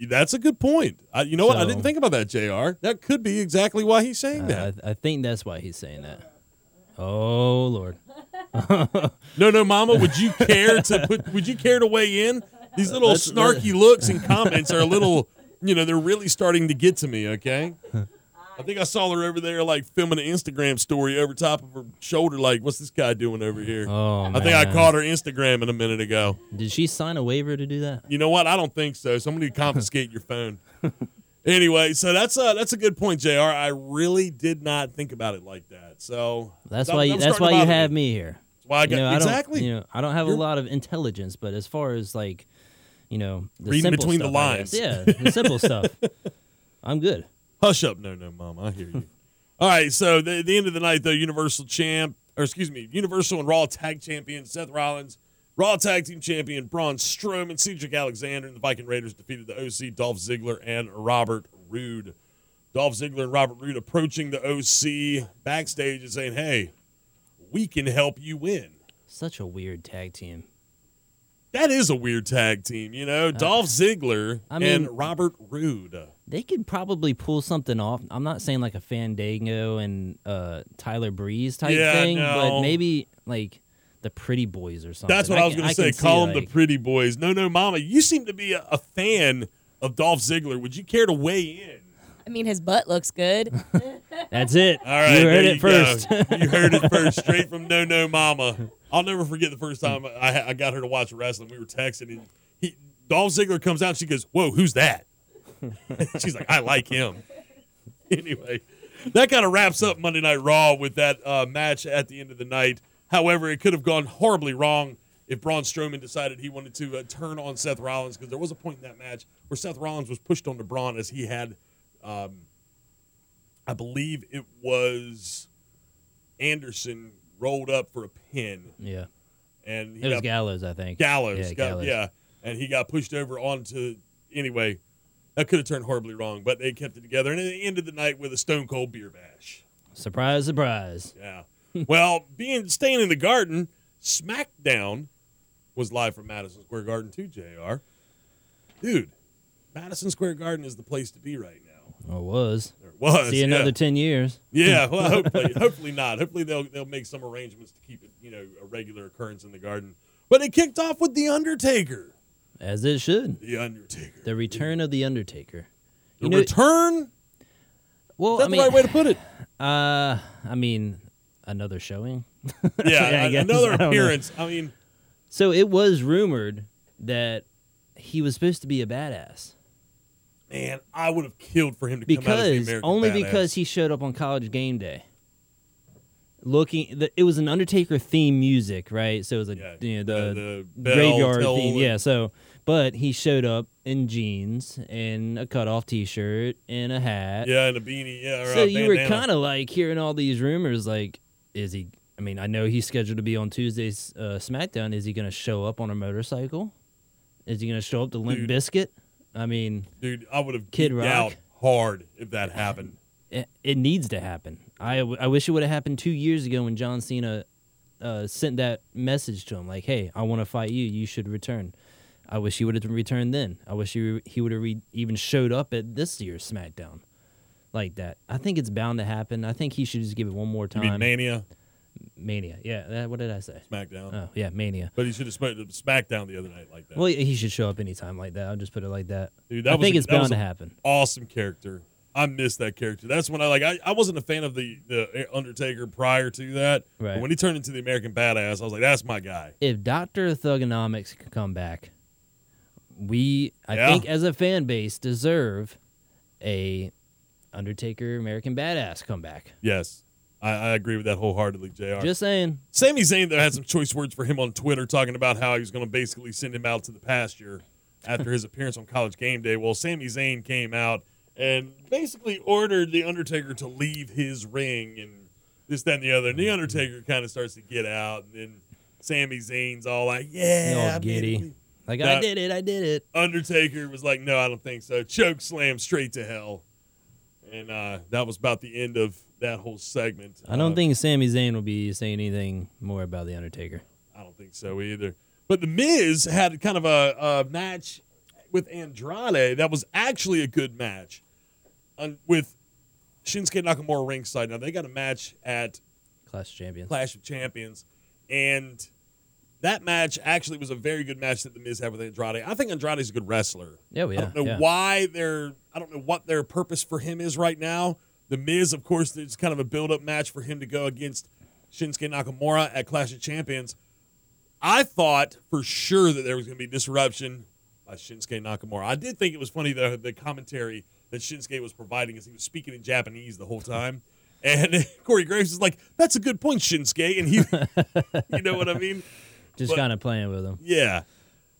Speaker 1: That's a good point. I, you know what? I didn't
Speaker 2: So-
Speaker 1: think about that, JR. That could be exactly why he's saying that.
Speaker 2: I, I think that's why he's saying that. Oh Lord,
Speaker 1: No, no, Mama, would you care to put? Would you care to weigh in? These little
Speaker 2: That's-
Speaker 1: snarky looks and comments are a little, you know, they're really starting to get to me. Okay, I think I saw her over there like filming an Instagram story over top of her shoulder. Like, what's this guy doing over here?
Speaker 2: oh
Speaker 1: I think I
Speaker 2: man.
Speaker 1: caught her Instagram in a minute ago.
Speaker 2: Did she sign a waiver to do that?
Speaker 1: You know what? I don't think so. Somebody confiscate your phone. Anyway, so that's a that's a good point, Jr. I really did not think about it like that. So
Speaker 2: That's
Speaker 1: I'm-
Speaker 2: why. You,
Speaker 1: I'm
Speaker 2: that's
Speaker 1: starting
Speaker 2: why
Speaker 1: to
Speaker 2: you
Speaker 1: bother
Speaker 2: have
Speaker 1: me.
Speaker 2: me here.
Speaker 1: That's why I
Speaker 2: You
Speaker 1: got
Speaker 2: know, I don't-
Speaker 1: exactly.
Speaker 2: You know, I don't have a
Speaker 1: You're-
Speaker 2: lot of intelligence, but as far as like, you know, the
Speaker 1: Reading
Speaker 2: simple
Speaker 1: between the
Speaker 2: stuff, I guess.
Speaker 1: lines.
Speaker 2: yeah, the simple stuff. I'm good.
Speaker 1: Hush up, no, no, mom. I hear you. All right, so the, the end of the night, though, Universal champ, or excuse me, Universal and Raw tag champion Seth Rollins, Raw tag team champion Braun Strowman, Cedric Alexander, and the Viking Raiders defeated the OC, Dolph Ziggler, and Robert Roode. Dolph Ziggler and Robert Roode approaching the OC backstage and saying, "Hey, we can help you win."
Speaker 2: Such a weird tag team.
Speaker 1: That is a weird tag team, you know. Dolph Ziggler
Speaker 2: Uh, I mean-
Speaker 1: and Robert Roode.
Speaker 2: They could probably pull something off. I'm not saying like a Fandango and uh, Tyler Breeze type
Speaker 1: Yeah,
Speaker 2: thing,
Speaker 1: no.
Speaker 2: but maybe like the Pretty Boys or something.
Speaker 1: That's what I, was
Speaker 2: can-
Speaker 1: going to say.
Speaker 2: can
Speaker 1: Call
Speaker 2: see,
Speaker 1: them
Speaker 2: like-
Speaker 1: the pretty boys. No, no, Mama, you seem to be a, a fan of Dolph Ziggler. Would you care to weigh in?
Speaker 3: I mean, his butt looks good.
Speaker 2: That's it.
Speaker 1: All right,
Speaker 2: you
Speaker 1: there
Speaker 2: heard it
Speaker 1: go.
Speaker 2: first.
Speaker 1: you heard it first, straight from No, No, Mama. I'll never forget the first time I, I got her to watch wrestling. We were texting, and he, Dolph Ziggler comes out. And she goes, "Whoa, who's that?" She's like, "I like him." anyway, that kind of wraps up Monday Night Raw with that uh, match at the end of the night. However, it could have gone horribly wrong if Braun Strowman decided he wanted to uh, turn on Seth Rollins because there was a point in that match where Seth Rollins was pushed onto Braun as he had, um, I believe it was Anderson rolled up for a pin,
Speaker 2: yeah,
Speaker 1: and he
Speaker 2: it was
Speaker 1: got
Speaker 2: Gallows, I think.
Speaker 1: Gallows.
Speaker 2: Yeah,
Speaker 1: got-
Speaker 2: Gallows.
Speaker 1: yeah. And he got pushed over onto anyway. That could have turned horribly wrong, but they kept it together. And it ended the night with a Stone Cold beer bash.
Speaker 2: Surprise, surprise.
Speaker 1: Yeah. well, being staying in the garden, SmackDown was live from Madison Square Garden too, JR. Dude, Madison Square Garden is the place to be right now.
Speaker 2: Or was.
Speaker 1: There it was.
Speaker 2: See you
Speaker 1: yeah.
Speaker 2: another ten years.
Speaker 1: Yeah, well, hopefully, hopefully not. Hopefully they'll they'll make some arrangements to keep it, you know, a regular occurrence in the garden. But it kicked off with the Undertaker.
Speaker 2: As it should.
Speaker 1: The Undertaker.
Speaker 2: The return of the Undertaker.
Speaker 1: The
Speaker 2: you know-
Speaker 1: return. Is
Speaker 2: Well,
Speaker 1: that
Speaker 2: I
Speaker 1: the
Speaker 2: mean,
Speaker 1: right way to put it?
Speaker 2: uh, I mean, another showing.
Speaker 1: Yeah,
Speaker 2: Yeah, I
Speaker 1: a-
Speaker 2: guess.
Speaker 1: another
Speaker 2: I don't know.
Speaker 1: appearance. I mean,
Speaker 2: So it was rumored that he was supposed to be a badass
Speaker 1: man, I would have killed for him to come out as the
Speaker 2: because
Speaker 1: American
Speaker 2: only
Speaker 1: badass.
Speaker 2: because he showed up on College Game Day. Looking, the, it was an Undertaker theme music, right? So it was a
Speaker 1: Yeah,
Speaker 2: you know,
Speaker 1: the,
Speaker 2: the,
Speaker 1: the bell,
Speaker 2: graveyard
Speaker 1: tell-
Speaker 2: theme, yeah. So, but he showed up in jeans and a cutoff T-shirt and a hat.
Speaker 1: yeah, and a beanie, yeah. Or
Speaker 2: so
Speaker 1: a
Speaker 2: you were
Speaker 1: bandana.
Speaker 2: kind of like hearing all these rumors like is he i mean i know he's scheduled to be on tuesday's uh, smackdown is he going to show up on a motorcycle is he going to show up to limp
Speaker 1: Dude.
Speaker 2: biscuit i mean
Speaker 1: dude. I would have
Speaker 2: Kid
Speaker 1: geeked
Speaker 2: Rock.
Speaker 1: out hard if that happened.
Speaker 2: it, it needs to happen i, w- I wish it would have happened two years ago when john cena uh, sent that message to him like hey i want to fight you you should return i wish he would have returned then i wish he, he would have re- even showed up at this year's smackdown like that i think it's bound to happen i think he should just give it one more
Speaker 1: You
Speaker 2: time
Speaker 1: mean Mania,
Speaker 2: Mania. Yeah. That, what did I say?
Speaker 1: SmackDown?
Speaker 2: Oh, yeah, Mania.
Speaker 1: But he should have smacked SmackDown the other night like that.
Speaker 2: Well, he should show up anytime like that. I'll just put it like that.
Speaker 1: Dude, that
Speaker 2: I
Speaker 1: was
Speaker 2: think
Speaker 1: a-
Speaker 2: it's
Speaker 1: that was
Speaker 2: bound
Speaker 1: a-
Speaker 2: to happen.
Speaker 1: awesome character. I miss that character. That's when I like. I, I wasn't a fan of the the Undertaker prior to that. But
Speaker 2: Right.
Speaker 1: when he turned into the American Badass, I was like, that's my guy.
Speaker 2: If Doctor Thugonomics could come back, we I
Speaker 1: Yeah.
Speaker 2: think as a fan base deserve a Undertaker American Badass comeback.
Speaker 1: Yes, I, I agree with that wholeheartedly, Jr.
Speaker 2: Just saying.
Speaker 1: Sami Zayn though had some choice words for him on Twitter, talking about how he was going to basically send him out to the pasture after his appearance on College Game Day. Well, Sami Zayn came out and basically ordered the Undertaker to leave his ring and this, that, and the other. And
Speaker 2: Mm-hmm.
Speaker 1: the Undertaker kind of starts to get out, and then Sami Zayn's all like, "Yeah,
Speaker 2: All
Speaker 1: I
Speaker 2: giddy.
Speaker 1: mean,
Speaker 2: Like
Speaker 1: That-
Speaker 2: I did it, I did it.
Speaker 1: Undertaker was like, "No, I don't think so." Choke slam straight to hell, And uh, that was about the end of that whole segment.
Speaker 2: I don't
Speaker 1: Uh,
Speaker 2: think Sami Zayn will be saying anything more about the Undertaker.
Speaker 1: I don't think so either. But the Miz had kind of a, a match with Andrade that was actually a good match on, with Shinsuke Nakamura ringside. Now they got a match at
Speaker 2: Clash of Champions.
Speaker 1: Clash of Champions, and that match actually was a very good match that the Miz had with Andrade. I think Andrade's a good wrestler.
Speaker 2: Yeah, well,
Speaker 1: I
Speaker 2: yeah.
Speaker 1: don't know
Speaker 2: yeah.
Speaker 1: why they're. I don't know what their purpose for him is right now. The Miz, of course, there's kind of a build-up match for him to go against Shinsuke Nakamura at Clash of Champions. I thought for sure that there was going to be disruption by Shinsuke Nakamura. I did think it was funny the the commentary that Shinsuke was providing as he was speaking in Japanese the whole time. And Corey Graves is like, "That's a good point, Shinsuke," and he, you know what I mean?
Speaker 2: Just
Speaker 1: but-
Speaker 2: kind of playing with him.
Speaker 1: Yeah.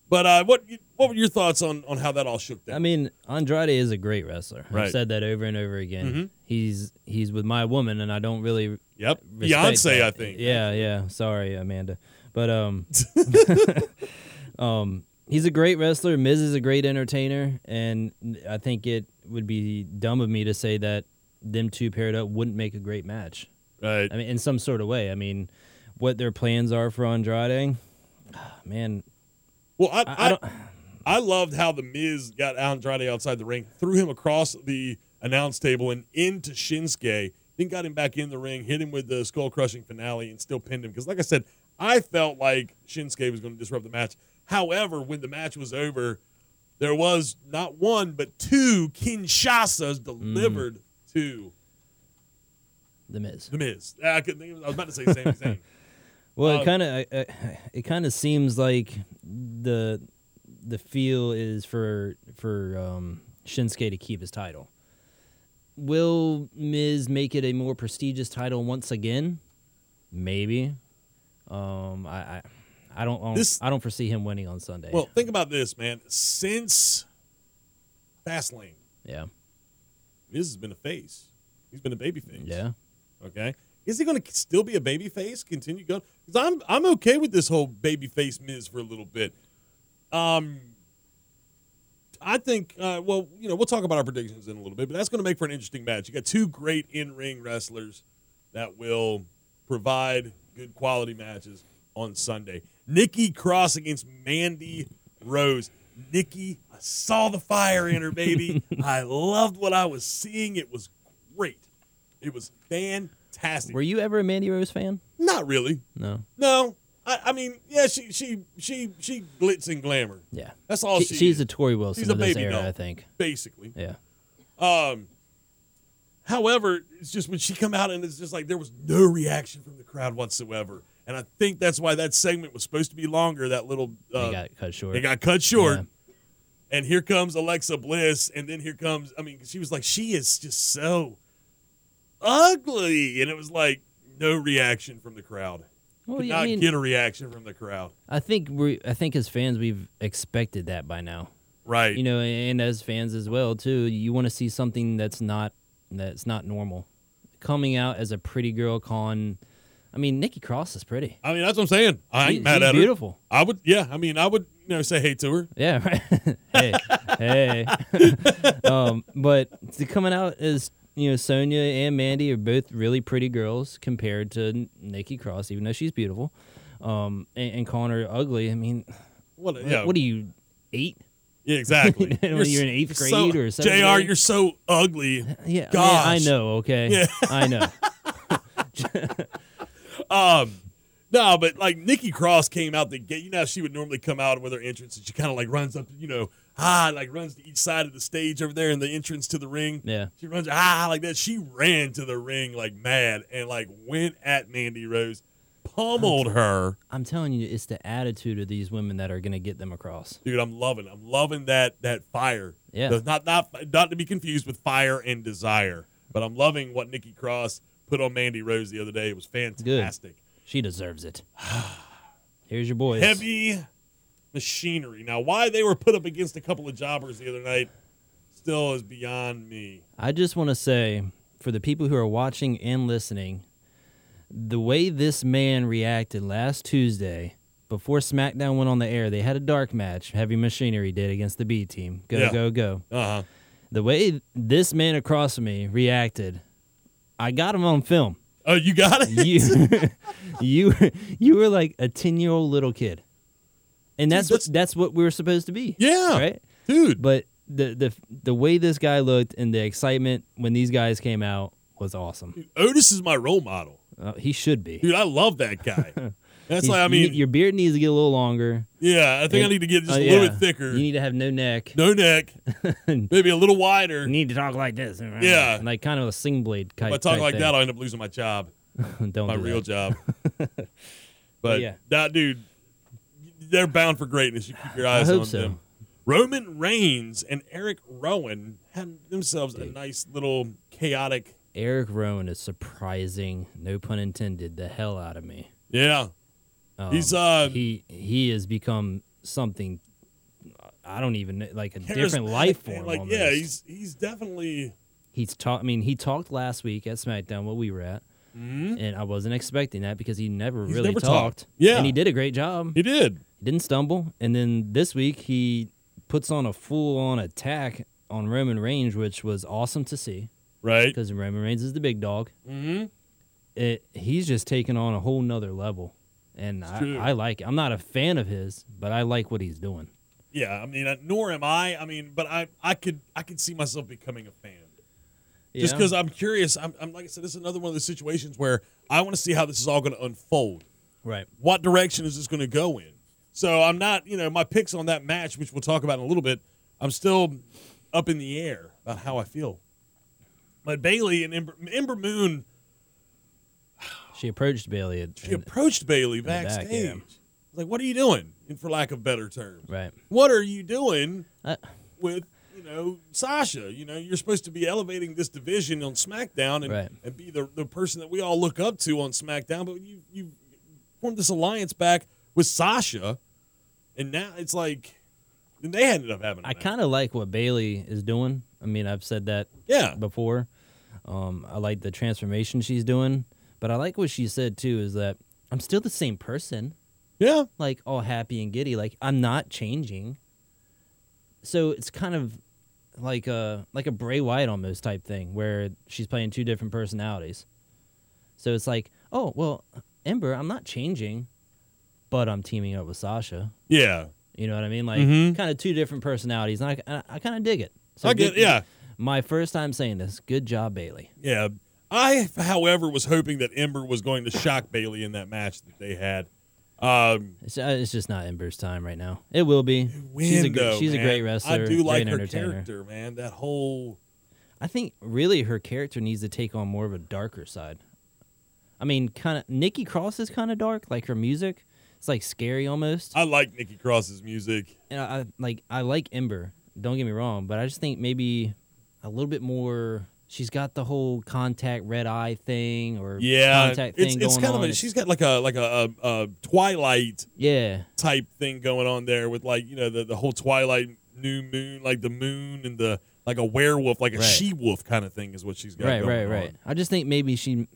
Speaker 1: But uh, what what were your thoughts on on how that all shook down?
Speaker 2: I mean, Andrade is a great wrestler.
Speaker 1: Right.
Speaker 2: I've said that over and over again.
Speaker 1: Mhm.
Speaker 2: He's he's with my woman, and I don't really
Speaker 1: Yep.
Speaker 2: respect
Speaker 1: Beyonce,
Speaker 2: that.
Speaker 1: I think.
Speaker 2: Yeah, yeah. Sorry, Amanda, but um, um, he's a great wrestler. Miz is a great entertainer, and I think it would be dumb of me to say that them two paired up wouldn't make a great match.
Speaker 1: Right.
Speaker 2: I mean, in some sort of way. I mean, what their plans are for Andrade, man.
Speaker 1: Well, I,
Speaker 2: I, I don't.
Speaker 1: I loved how the Miz got Andrade outside the ring, threw him across the announce table and into Shinsuke, then got him back in the ring, hit him with the skull crushing finale, and still pinned him. Because, like I said, I felt like Shinsuke was going to disrupt the match. However, when the match was over, there was not one but two
Speaker 2: Mm.
Speaker 1: Kinshasa's delivered to
Speaker 2: The Miz.
Speaker 1: the Miz. I couldn't think. Of, I was about to say the same thing.
Speaker 2: Well,
Speaker 1: Um,
Speaker 2: it kind of uh, it kind of seems like the the feel is for for um, Shinsuke to keep his title. Will Miz make it a more prestigious title once again? Maybe. Um, I, I I don't I don't-
Speaker 1: This-
Speaker 2: I don't foresee him winning on Sunday.
Speaker 1: Well, think about this, man. Since Fastlane,
Speaker 2: yeah,
Speaker 1: Miz has been a face. He's been a baby face.
Speaker 2: yeah.
Speaker 1: Okay. Is he going to still be a baby face? Continue going? Because I'm I'm okay with this whole baby face Miz for a little bit. Um, I think. Uh, well, you know, we'll talk about our predictions in a little bit, but that's going to make for an interesting match. You got two great in ring wrestlers that will provide good quality matches on Sunday. Nikki Cross against Mandy Rose. Nikki, I saw the fire in her, baby. I loved what I was seeing. It was great. It was fantastic.
Speaker 2: Were you ever a Mandy Rose fan?
Speaker 1: Not really.
Speaker 2: No.
Speaker 1: No. I, I mean, yeah, she she she she glitz and glamour.
Speaker 2: Yeah.
Speaker 1: That's all she,
Speaker 2: She- she's
Speaker 1: is,
Speaker 2: a Tory Wilson
Speaker 1: She's a
Speaker 2: of this
Speaker 1: baby
Speaker 2: era,
Speaker 1: doll.
Speaker 2: I think.
Speaker 1: basically.
Speaker 2: Yeah.
Speaker 1: Um however, it's just when she come out and it's just like there was no reaction from the crowd whatsoever. And I think that's why that segment was supposed to be longer, that little uh,
Speaker 2: they got cut short.
Speaker 1: It got cut short.
Speaker 2: Yeah.
Speaker 1: And here comes Alexa Bliss, and then here comes I mean, she was like, she is just so ugly. And it was like no reaction from the crowd.
Speaker 2: Well,
Speaker 1: Could
Speaker 2: yeah,
Speaker 1: not
Speaker 2: I mean,
Speaker 1: get a reaction from the crowd.
Speaker 2: I think we I think as fans we've expected that by now.
Speaker 1: Right.
Speaker 2: You know, and as fans as well too, you want to see something that's not that's not normal. Coming out as a pretty girl con I mean, Nikki Cross is pretty.
Speaker 1: I mean, that's what I'm saying. I ain't
Speaker 2: She-
Speaker 1: mad
Speaker 2: she's
Speaker 1: at her.
Speaker 2: beautiful.
Speaker 1: I would, yeah. I mean, I would, you know, say hey to her.
Speaker 2: Yeah, right. hey. hey. um, but to coming out as you know, Sonia and Mandy are both really pretty girls compared to Nikki Cross, even though she's beautiful. Um, and, and calling her ugly, I mean,
Speaker 1: What? yeah.
Speaker 2: what are you, eight?
Speaker 1: Yeah, exactly.
Speaker 2: When you're in eighth
Speaker 1: so-
Speaker 2: grade or seventh
Speaker 1: Jr.
Speaker 2: grade?
Speaker 1: You're so ugly.
Speaker 2: Yeah, man, I
Speaker 1: Gosh.
Speaker 2: know. Okay,
Speaker 1: Yeah.
Speaker 2: I know.
Speaker 1: Um, no, but like Nikki Cross came out the gate. You know, how she would normally come out with her entrance, and she kind of like runs up. You know, ah, like runs to each side of the stage over there, and the entrance to the ring.
Speaker 2: Yeah,
Speaker 1: She runs ah like that. She ran to the ring like mad, and like went at Mandy Rose, pummeled her.
Speaker 2: I'm telling you, it's the attitude of these women that are gonna get them across.
Speaker 1: dude i'm loving i'm loving that that fire
Speaker 2: Yeah.
Speaker 1: The- not not not to be confused with fire and desire but i'm loving what nikki cross put on mandy rose the other day it was fantastic
Speaker 2: She deserves it. Here's your boys.
Speaker 1: heavy machinery now why they were put up against a couple of jobbers the other night still is beyond me
Speaker 2: I just want to say for the people who are watching and listening, the way this man reacted last Tuesday before SmackDown went on the air, they had a dark match. Heavy Machinery did against the B team. Go
Speaker 1: Yeah.
Speaker 2: go go.
Speaker 1: uh-huh
Speaker 2: The way this man across from me reacted, I got him on film.
Speaker 1: Oh, you got it.
Speaker 2: You, you, you were like a ten-year-old little kid, and
Speaker 1: Dude,
Speaker 2: that's
Speaker 1: that's-
Speaker 2: what that's what we were supposed to be.
Speaker 1: yeah,
Speaker 2: Right.
Speaker 1: dude.
Speaker 2: But the the the way this guy looked and the excitement when these guys came out was awesome.
Speaker 1: Otis is my role model,
Speaker 2: Uh, he should be.
Speaker 1: dude. I love that guy. That's
Speaker 2: You-
Speaker 1: like, I
Speaker 2: you
Speaker 1: mean,
Speaker 2: need- your beard needs to get a little longer.
Speaker 1: yeah. I think I
Speaker 2: it-
Speaker 1: need to get just
Speaker 2: Oh,
Speaker 1: a little
Speaker 2: yeah.
Speaker 1: bit thicker,
Speaker 2: You need to have no neck.
Speaker 1: no neck, maybe a little wider.
Speaker 2: You
Speaker 1: If
Speaker 2: need to talk like this.
Speaker 1: Yeah.
Speaker 2: And like kind of a sing blade type.
Speaker 1: I talk
Speaker 2: type
Speaker 1: like
Speaker 2: thing.
Speaker 1: that, I'll end up losing my job,
Speaker 2: Don't
Speaker 1: my
Speaker 2: do
Speaker 1: real
Speaker 2: that.
Speaker 1: job. but
Speaker 2: yeah.
Speaker 1: that dude, they're bound for greatness. You keep your
Speaker 2: I
Speaker 1: eyes
Speaker 2: hope
Speaker 1: on
Speaker 2: so.
Speaker 1: them. Roman Reigns and Eric Rowan had themselves a
Speaker 2: Dude.
Speaker 1: nice little chaotic.
Speaker 2: Eric Rowan is surprising, no pun intended, the hell out of me.
Speaker 1: Yeah,
Speaker 2: Um,
Speaker 1: He's, uh,
Speaker 2: he he has become something I don't even know, like a different
Speaker 1: charismatic,
Speaker 2: life
Speaker 1: man.
Speaker 2: form.
Speaker 1: Like,
Speaker 2: almost.
Speaker 1: yeah, he's he's definitely.
Speaker 2: he's talked. I mean, he talked last week at SmackDown what we were at,
Speaker 1: Mhm.
Speaker 2: and I wasn't expecting that because he never
Speaker 1: He's
Speaker 2: really
Speaker 1: never
Speaker 2: talked.
Speaker 1: talked. Yeah.
Speaker 2: and he did a great job.
Speaker 1: He did.
Speaker 2: didn't stumble. And then this week he puts on a full on attack on Roman Reigns, which was awesome to see
Speaker 1: Right.
Speaker 2: because Roman Reigns is the big dog.
Speaker 1: Mm-hmm.
Speaker 2: It, he's just taken on a whole nother level. And I,
Speaker 1: true.
Speaker 2: I like it. I'm not a fan of his, but I like what he's doing.
Speaker 1: Yeah, I mean, I- nor am I. I mean, but I, I could, I could see myself becoming a fan just because I'm curious. I'm, I'm, like I said, this is another one of the situations where I want to see how this is all going to unfold.
Speaker 2: Right.
Speaker 1: What direction is this going to go in? So I'm not, you know, my picks on that match, which we'll talk about in a little bit. I'm still up in the air about how I feel. But Bailey and Ember, Ember Moon,
Speaker 2: She approached Bailey. At,
Speaker 1: she approached Bailey
Speaker 2: back, yeah.
Speaker 1: backstage. Like, what are you doing? And for lack of better terms,
Speaker 2: right.
Speaker 1: what are you doing
Speaker 2: I-
Speaker 1: with you know Sasha? You know you're supposed to be elevating this division on SmackDown and,
Speaker 2: Right.
Speaker 1: and be the, the person that we all look up to on SmackDown, but you you formed this alliance back with Sasha, and now it's like and they ended up having. a
Speaker 2: I
Speaker 1: match.
Speaker 2: kind of like what Bailey is doing. I mean, I've said that
Speaker 1: yeah
Speaker 2: before. Um, I like the transformation she's doing, but I like what she said too is that I'm still the same person,
Speaker 1: yeah
Speaker 2: like all happy and giddy, like I'm not changing. So it's kind of like a like a Bray Wyatt almost type thing where she's playing two different personalities. So it's like, oh well, Ember, I'm not changing, but I'm teaming up with Sasha.
Speaker 1: yeah.
Speaker 2: You know what I mean? Like
Speaker 1: Mhm.
Speaker 2: kind of two different personalities, and I, I, I kind of dig it. So
Speaker 1: I get
Speaker 2: good-
Speaker 1: yeah
Speaker 2: My first time saying this. Good job, Bailey.
Speaker 1: yeah. I, however, was hoping that Ember was going to shock Bailey in that match that they had. Um,
Speaker 2: It's, uh, it's just not Ember's time right now. It will be. she's a
Speaker 1: win,
Speaker 2: gr-
Speaker 1: though,
Speaker 2: she's a
Speaker 1: man.
Speaker 2: great wrestler.
Speaker 1: I do like
Speaker 2: great
Speaker 1: her
Speaker 2: entertainer.
Speaker 1: character, man. That whole
Speaker 2: I think really her character needs to take on more of a darker side. I mean, kind of Nikki Cross is kind of dark. Like her music, it's like scary almost.
Speaker 1: I like Nikki Cross's music.
Speaker 2: and I, I like I like Ember. Don't get me wrong, but I just think maybe a little bit more. She's got the whole contact red eye thing or
Speaker 1: Yeah,
Speaker 2: contact thing
Speaker 1: it's,
Speaker 2: going
Speaker 1: it's kind
Speaker 2: on.
Speaker 1: of a, she's got like a like a, a, a Twilight
Speaker 2: yeah,
Speaker 1: type thing going on there with like you know the, the whole Twilight new moon, like the moon and the like a werewolf, like a
Speaker 2: Right.
Speaker 1: she wolf kind of thing is what she's got.
Speaker 2: right,
Speaker 1: going
Speaker 2: right,
Speaker 1: on.
Speaker 2: right. I just think maybe she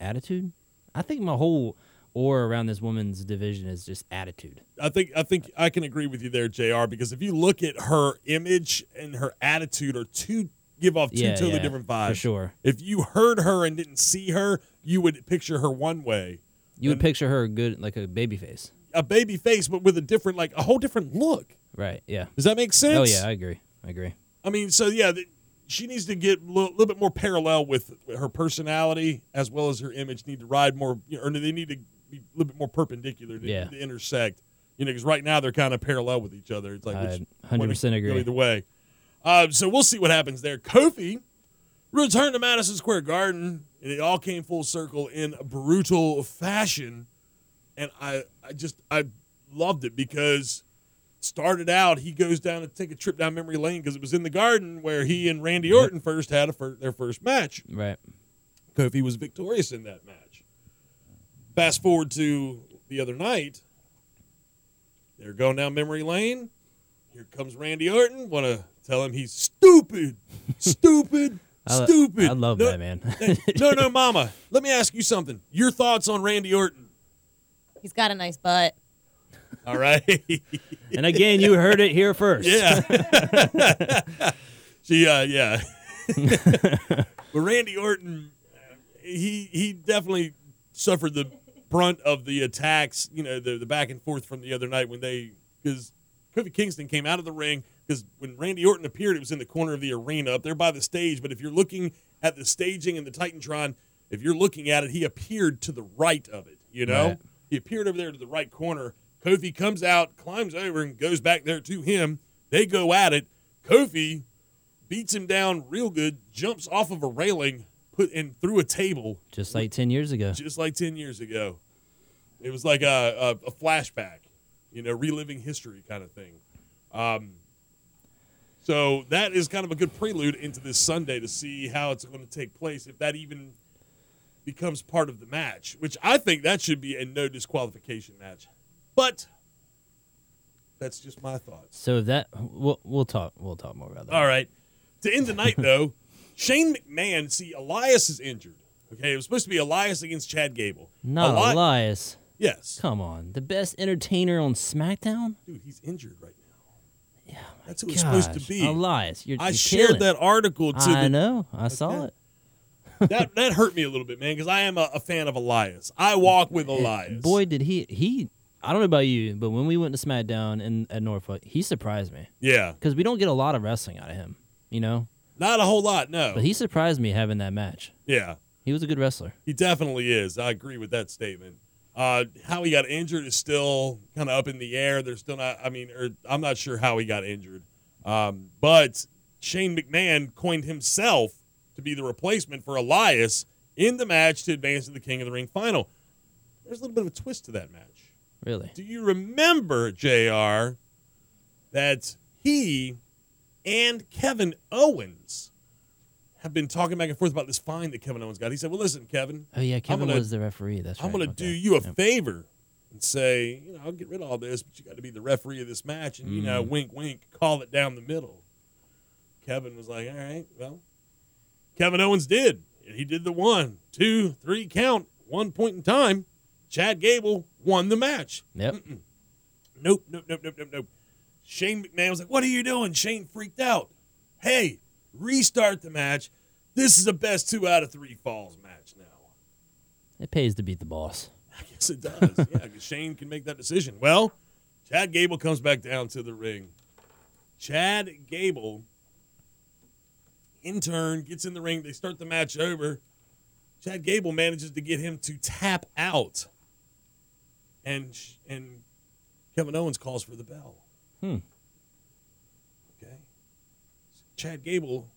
Speaker 2: attitude. I think my whole aura around this woman's division is just attitude.
Speaker 1: I think I think I can agree with you there, Jr. Because if you look at her image and her attitude, are two give off two
Speaker 2: yeah,
Speaker 1: totally
Speaker 2: yeah,
Speaker 1: different vibes.
Speaker 2: for sure.
Speaker 1: If you heard her and didn't see her, you would picture her one way.
Speaker 2: You would
Speaker 1: And-
Speaker 2: picture her good like a baby face,
Speaker 1: A baby face, but with a different, like a whole different look.
Speaker 2: right? Yeah.
Speaker 1: Does that make sense?
Speaker 2: oh yeah, I agree. I agree.
Speaker 1: I mean, so yeah, th- she needs to get a little, bit more parallel with her personality as well as her image. Need to ride more, you know, or they need to be a little bit more perpendicular to,
Speaker 2: Yeah.
Speaker 1: to intersect. You know, because right now they're kind of parallel with each other. It's like
Speaker 2: I
Speaker 1: which one
Speaker 2: 100%
Speaker 1: would go
Speaker 2: agree.
Speaker 1: either way. Uh, so we'll see what happens there. Kofi returned to Madison Square Garden, and it all came full circle in brutal fashion. And I, I just, I loved it because started out, he goes down and take a trip down memory lane because it was in the garden where he and Randy Orton first had a fir- their first match.
Speaker 2: Right.
Speaker 1: Kofi was victorious in that match. Fast forward to the other night, they're going down memory lane. Here comes Randy Orton. Want to tell him he's stupid, stupid,
Speaker 2: I lo-
Speaker 1: stupid.
Speaker 2: I love
Speaker 1: No-
Speaker 2: that man.
Speaker 1: no, no, Mama. Let me ask you something. Your thoughts on Randy Orton?
Speaker 3: He's got a nice butt.
Speaker 1: All right.
Speaker 2: and again, you heard it here first.
Speaker 1: Yeah. She, uh, yeah. but Randy Orton, uh, he he definitely suffered the brunt of the attacks. You know, the the back and forth from the other night when they because Kofi Kingston came out of the ring because when Randy Orton appeared, it was in the corner of the arena up there by the stage. But if you're looking at the staging and the Titantron, if you're looking at it, he appeared to the right of it. You know,
Speaker 2: Right.
Speaker 1: he appeared over there to the right corner. Kofi comes out, climbs over, and goes back there to him. They go at it. Kofi beats him down real good, jumps off of a railing, put and through a table,
Speaker 2: Just like 10 years ago.
Speaker 1: just like ten years ago. It was like a, a, a flashback, you know, reliving history kind of thing. Um, so that is kind of a good prelude into this Sunday to see how it's going to take place, if that even becomes part of the match, which I think that should be a no disqualification match. But that's just my thoughts.
Speaker 2: So that we'll, we'll talk we'll talk more about that.
Speaker 1: All right. To end the night, though, Shane McMahon, see, Elias is injured. Okay, it was supposed to be Elias against Chad Gable.
Speaker 2: Not
Speaker 1: Eli-
Speaker 2: Elias.
Speaker 1: Yes.
Speaker 2: Come on. The best entertainer on SmackDown?
Speaker 1: Dude, he's injured right now.
Speaker 2: Yeah, my
Speaker 1: That's who it's supposed to
Speaker 2: gosh.
Speaker 1: be.
Speaker 2: Elias. You're,
Speaker 1: I
Speaker 2: you're
Speaker 1: shared
Speaker 2: killing.
Speaker 1: that article to
Speaker 2: I
Speaker 1: the,
Speaker 2: know. I saw
Speaker 1: Okay.
Speaker 2: it.
Speaker 1: that that hurt me a little bit, man, because I am a, a fan of Elias. I walk with Elias.
Speaker 2: Boy, did he he. I don't know about you, but when we went to SmackDown in at Norfolk, he surprised me
Speaker 1: yeah,
Speaker 2: because we don't get a lot of wrestling out of him, you know.
Speaker 1: not a whole lot, no.
Speaker 2: But he surprised me having that match.
Speaker 1: yeah,
Speaker 2: He was a good wrestler.
Speaker 1: he definitely is. I agree with that statement. Uh, how he got injured is still kind of up in the air. They're still not. I mean, or I'm not sure how he got injured. Um, but Shane McMahon coined himself to be the replacement for Elias in the match to advance to the King of the Ring final. There's a little bit of a twist to that match.
Speaker 2: Really,
Speaker 1: Do you remember, JR, that he and Kevin Owens have been talking back and forth about this fine that Kevin Owens got? He said, Well, listen, Kevin,
Speaker 2: Oh yeah, Kevin
Speaker 1: gonna-
Speaker 2: was the referee. That's right.
Speaker 1: I'm going to
Speaker 2: okay.
Speaker 1: do you a
Speaker 2: Yep.
Speaker 1: favor and say, you know, I'll get rid of all this, but you got to be the referee of this match and, you know,
Speaker 2: Mm.
Speaker 1: wink, wink, call it down the middle. Kevin was like, all right, well, Kevin Owens did. And he did the one, two, three count, one point in time. Chad Gable won the match.
Speaker 2: Yep.
Speaker 1: Nope, nope, nope, nope, nope, nope. Shane McMahon was like, What are you doing? Shane freaked out. Hey, restart the match. This is a best two out of three falls match now.
Speaker 2: It pays to beat the boss.
Speaker 1: I guess it does. yeah, 'cause Shane can make that decision. Well, Chad Gable comes back down to the ring. Chad Gable, in turn, gets in the ring. They start the match over. Chad Gable manages to get him to tap out, and sh- and Kevin Owens calls for the bell.
Speaker 2: Hmm.
Speaker 1: Okay. So Chad Gable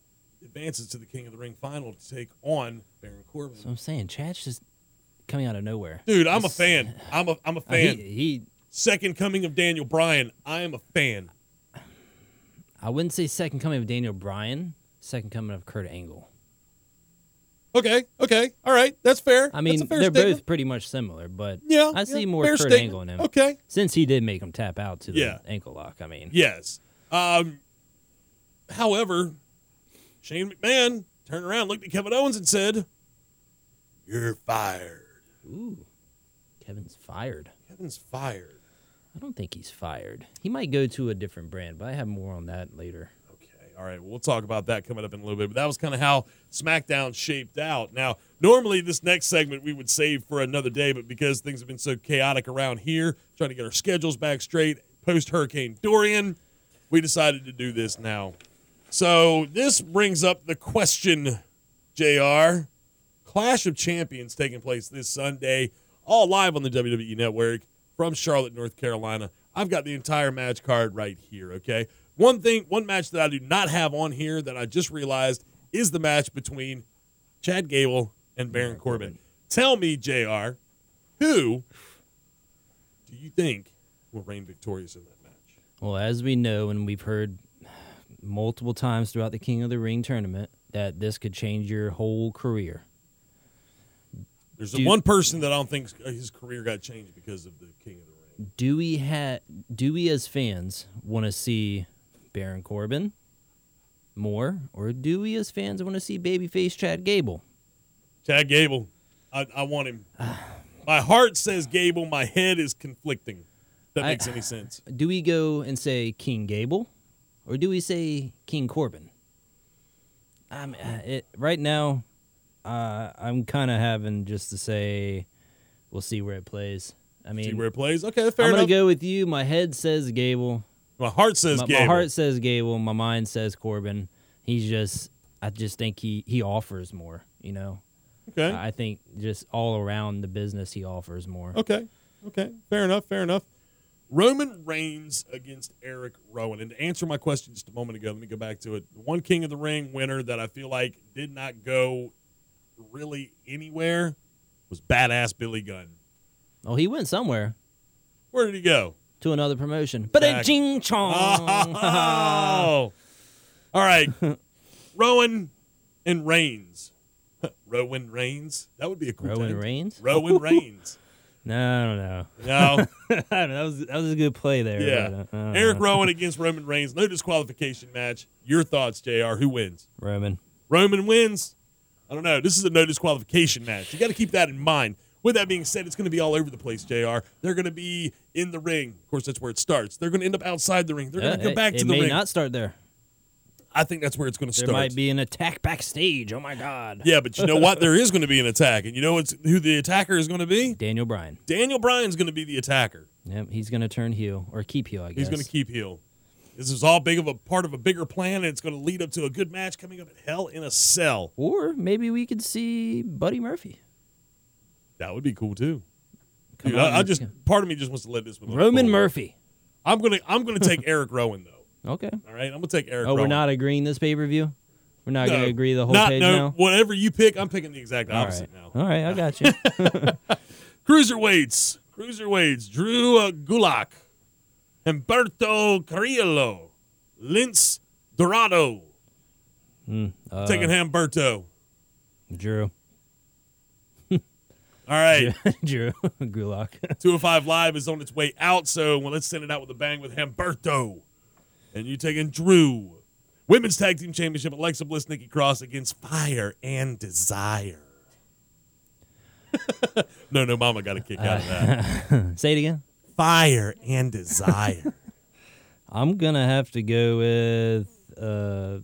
Speaker 1: advances to the King of the Ring final to take on Baron Corbin.
Speaker 2: So I'm saying Chad's just coming out of nowhere.
Speaker 1: Dude, I'm a
Speaker 2: This-
Speaker 1: fan. I'm a I'm a
Speaker 2: Uh, he,
Speaker 1: fan.
Speaker 2: he,
Speaker 1: Second coming of Daniel Bryan. I am a fan.
Speaker 2: I wouldn't say second coming of Daniel Bryan. Second coming of Kurt Angle.
Speaker 1: Okay, okay, all right, that's fair.
Speaker 2: I mean,
Speaker 1: that's a fair
Speaker 2: they're
Speaker 1: statement.
Speaker 2: both pretty much similar, but
Speaker 1: Yeah,
Speaker 2: I see
Speaker 1: yeah,
Speaker 2: more
Speaker 1: fair
Speaker 2: Kurt
Speaker 1: statement.
Speaker 2: Angle in him.
Speaker 1: Okay,
Speaker 2: Since he did make him tap out to the
Speaker 1: Yeah.
Speaker 2: ankle lock, I mean,
Speaker 1: yes. Um, however, Shane McMahon turned around, looked at Kevin Owens, and said, "You're fired."
Speaker 2: ooh, Kevin's fired.
Speaker 1: Kevin's fired.
Speaker 2: I don't think he's fired. He might go to a different brand, but I have more on that later.
Speaker 1: Okay. All right. We'll talk about that coming up in a little bit. But that was kind of how SmackDown shaped out. Now, normally this next segment we would save for another day, but because things have been so chaotic around here, trying to get our schedules back straight post Hurricane Dorian, we decided to do this now. So this brings up the question, JR. Clash of Champions taking place this Sunday, all live on the WWE Network from Charlotte, North Carolina. I've got the entire match card right here, okay? One thing, one match that I do not have on here that I just realized is the match between Chad Gable and Baron Corbin. Tell me, JR, who do you think will reign victorious in that match?
Speaker 2: Well, as we know, and we've heard multiple times throughout the King of the Ring tournament, that this could change your whole career.
Speaker 1: There's
Speaker 2: Do-
Speaker 1: one person that I don't think his career got changed because of the King of the Ring.
Speaker 2: Do we ha- do we as fans want to see Baron Corbin more, or do we as fans want to see babyface Chad Gable?
Speaker 1: Chad Gable. I, I want him. my heart says Gable. My head is conflicting. If that
Speaker 2: I-
Speaker 1: makes any sense.
Speaker 2: Do we go and say King Gable, or do we say King Corbin? I mean, it, right now, uh, I'm kind of having just to say, we'll see where it plays. I mean,
Speaker 1: See where it plays. Okay, fair
Speaker 2: I'm gonna
Speaker 1: enough.
Speaker 2: go with you. My head says Gable.
Speaker 1: my heart says
Speaker 2: My, my
Speaker 1: Gable.
Speaker 2: heart says Gable. My mind says Corbin. He's just, I just think he he offers more. You know,
Speaker 1: okay.
Speaker 2: I think just all around the business he offers more.
Speaker 1: Okay. Okay. Fair enough. Fair enough. Roman Reigns against Eric Rowan. And to answer my question just a moment ago, let me go back to it. The one King of the Ring winner that I feel like did not go really anywhere was badass Billy Gunn.
Speaker 2: Oh, he went somewhere
Speaker 1: Where did he go?
Speaker 2: to another promotion. But a
Speaker 1: Back.
Speaker 2: jing chong.
Speaker 1: Oh. All right. Rowan and Reigns. Rowan Reigns? That would be a cool
Speaker 2: Rowan
Speaker 1: tag.
Speaker 2: Reigns?
Speaker 1: Rowan Reigns.
Speaker 2: No, I don't know.
Speaker 1: No.
Speaker 2: I don't know. that was that was a good play there.
Speaker 1: Yeah.
Speaker 2: but, uh, I don't
Speaker 1: Eric
Speaker 2: know.
Speaker 1: Rowan against Roman Reigns. No disqualification match. Your thoughts, JR. Who wins?
Speaker 2: Roman.
Speaker 1: Roman wins. I don't know. This is a no disqualification match. You got to keep that in mind. With that being said, it's going to be all over the place, JR. They're going to be in the ring. Of course, that's where it starts. They're going to end up outside the ring. They're going
Speaker 2: Yeah,
Speaker 1: to go
Speaker 2: Uh, it-
Speaker 1: back
Speaker 2: it
Speaker 1: to the
Speaker 2: may
Speaker 1: ring.
Speaker 2: not start there.
Speaker 1: I think that's where it's going to
Speaker 2: There
Speaker 1: start.
Speaker 2: might be an attack backstage. Oh my God.
Speaker 1: Yeah, but you know what? There is going to be an attack. And you know what's, who the attacker is going to be?
Speaker 2: Daniel Bryan.
Speaker 1: Daniel Bryan's going to be the attacker.
Speaker 2: Yep, he's gonna turn heel or keep heel. I guess
Speaker 1: He's going to keep heel. This is all big of a part of a bigger plan, and it's going to lead up to a good match coming up at Hell in a Cell.
Speaker 2: Or maybe we could see Buddy Murphy.
Speaker 1: That would be cool too.
Speaker 2: Come
Speaker 1: Dude,
Speaker 2: on,
Speaker 1: I, I
Speaker 2: let's
Speaker 1: just
Speaker 2: go.
Speaker 1: part of me just wants to let this one. unfold.
Speaker 2: Roman Murphy.
Speaker 1: I'm gonna I'm gonna take Eric Rowan though.
Speaker 2: Okay.
Speaker 1: All right, I'm gonna take Eric.
Speaker 2: Oh, we're
Speaker 1: Rowan.
Speaker 2: not agreeing this pay per view. We're not
Speaker 1: No,
Speaker 2: gonna agree the whole
Speaker 1: not-
Speaker 2: page
Speaker 1: no,
Speaker 2: now.
Speaker 1: Whatever you pick, I'm picking the exact
Speaker 2: All
Speaker 1: opposite
Speaker 2: right.
Speaker 1: now.
Speaker 2: All right, I got you.
Speaker 1: Cruiserweights, cruiserweights. Drew uh, Gulak, Humberto Carrillo, Lince Dorado.
Speaker 2: Mm, uh,
Speaker 1: taking Humberto.
Speaker 2: Drew.
Speaker 1: All right,
Speaker 2: Drew Gulak.
Speaker 1: 205 Live is on its way out, so well, let's send it out with a bang with Humberto. And you taking Drew. Women's Tag Team Championship, Alexa Bliss, Nikki Cross against Fire and Desire. no, no, Mama got a kick out of that.
Speaker 2: Say it again.
Speaker 1: Fire and Desire.
Speaker 2: I'm gonna have to go with. Uh,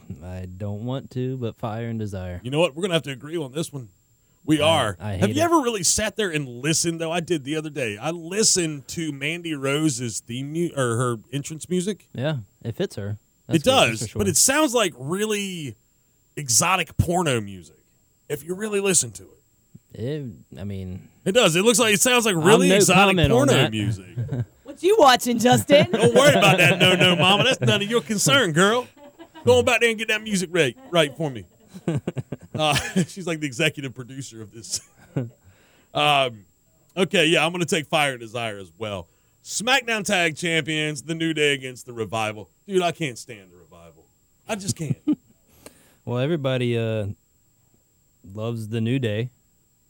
Speaker 2: I don't want to, but Fire and Desire.
Speaker 1: You know what? We're going to have to agree on this one. We are.
Speaker 2: I
Speaker 1: have
Speaker 2: hate
Speaker 1: you
Speaker 2: it.
Speaker 1: ever really sat there and listened, though? I did the other day. I listened to Mandy Rose's theme mu- or her entrance music.
Speaker 2: Yeah, it fits her.
Speaker 1: it
Speaker 2: That's for- that's
Speaker 1: does,
Speaker 2: for sure.
Speaker 1: but it sounds like really exotic porno music. If you really listen to it,
Speaker 2: It- I mean,
Speaker 1: it does. It looks like it sounds like really
Speaker 2: no
Speaker 1: exotic
Speaker 2: comment on
Speaker 1: porno
Speaker 2: that.
Speaker 1: music.
Speaker 3: What you watching, Justin?
Speaker 1: Don't worry about that, no, no, mama. That's none of your concern, girl. Go on back there and get that music right, right for me. Uh, she's like the executive producer of this. Um, okay, yeah, I'm gonna take Fire and Desire as well. SmackDown Tag Champions, The New Day against The Revival. Dude, I can't stand The Revival. I just can't.
Speaker 2: well, everybody uh loves the new day,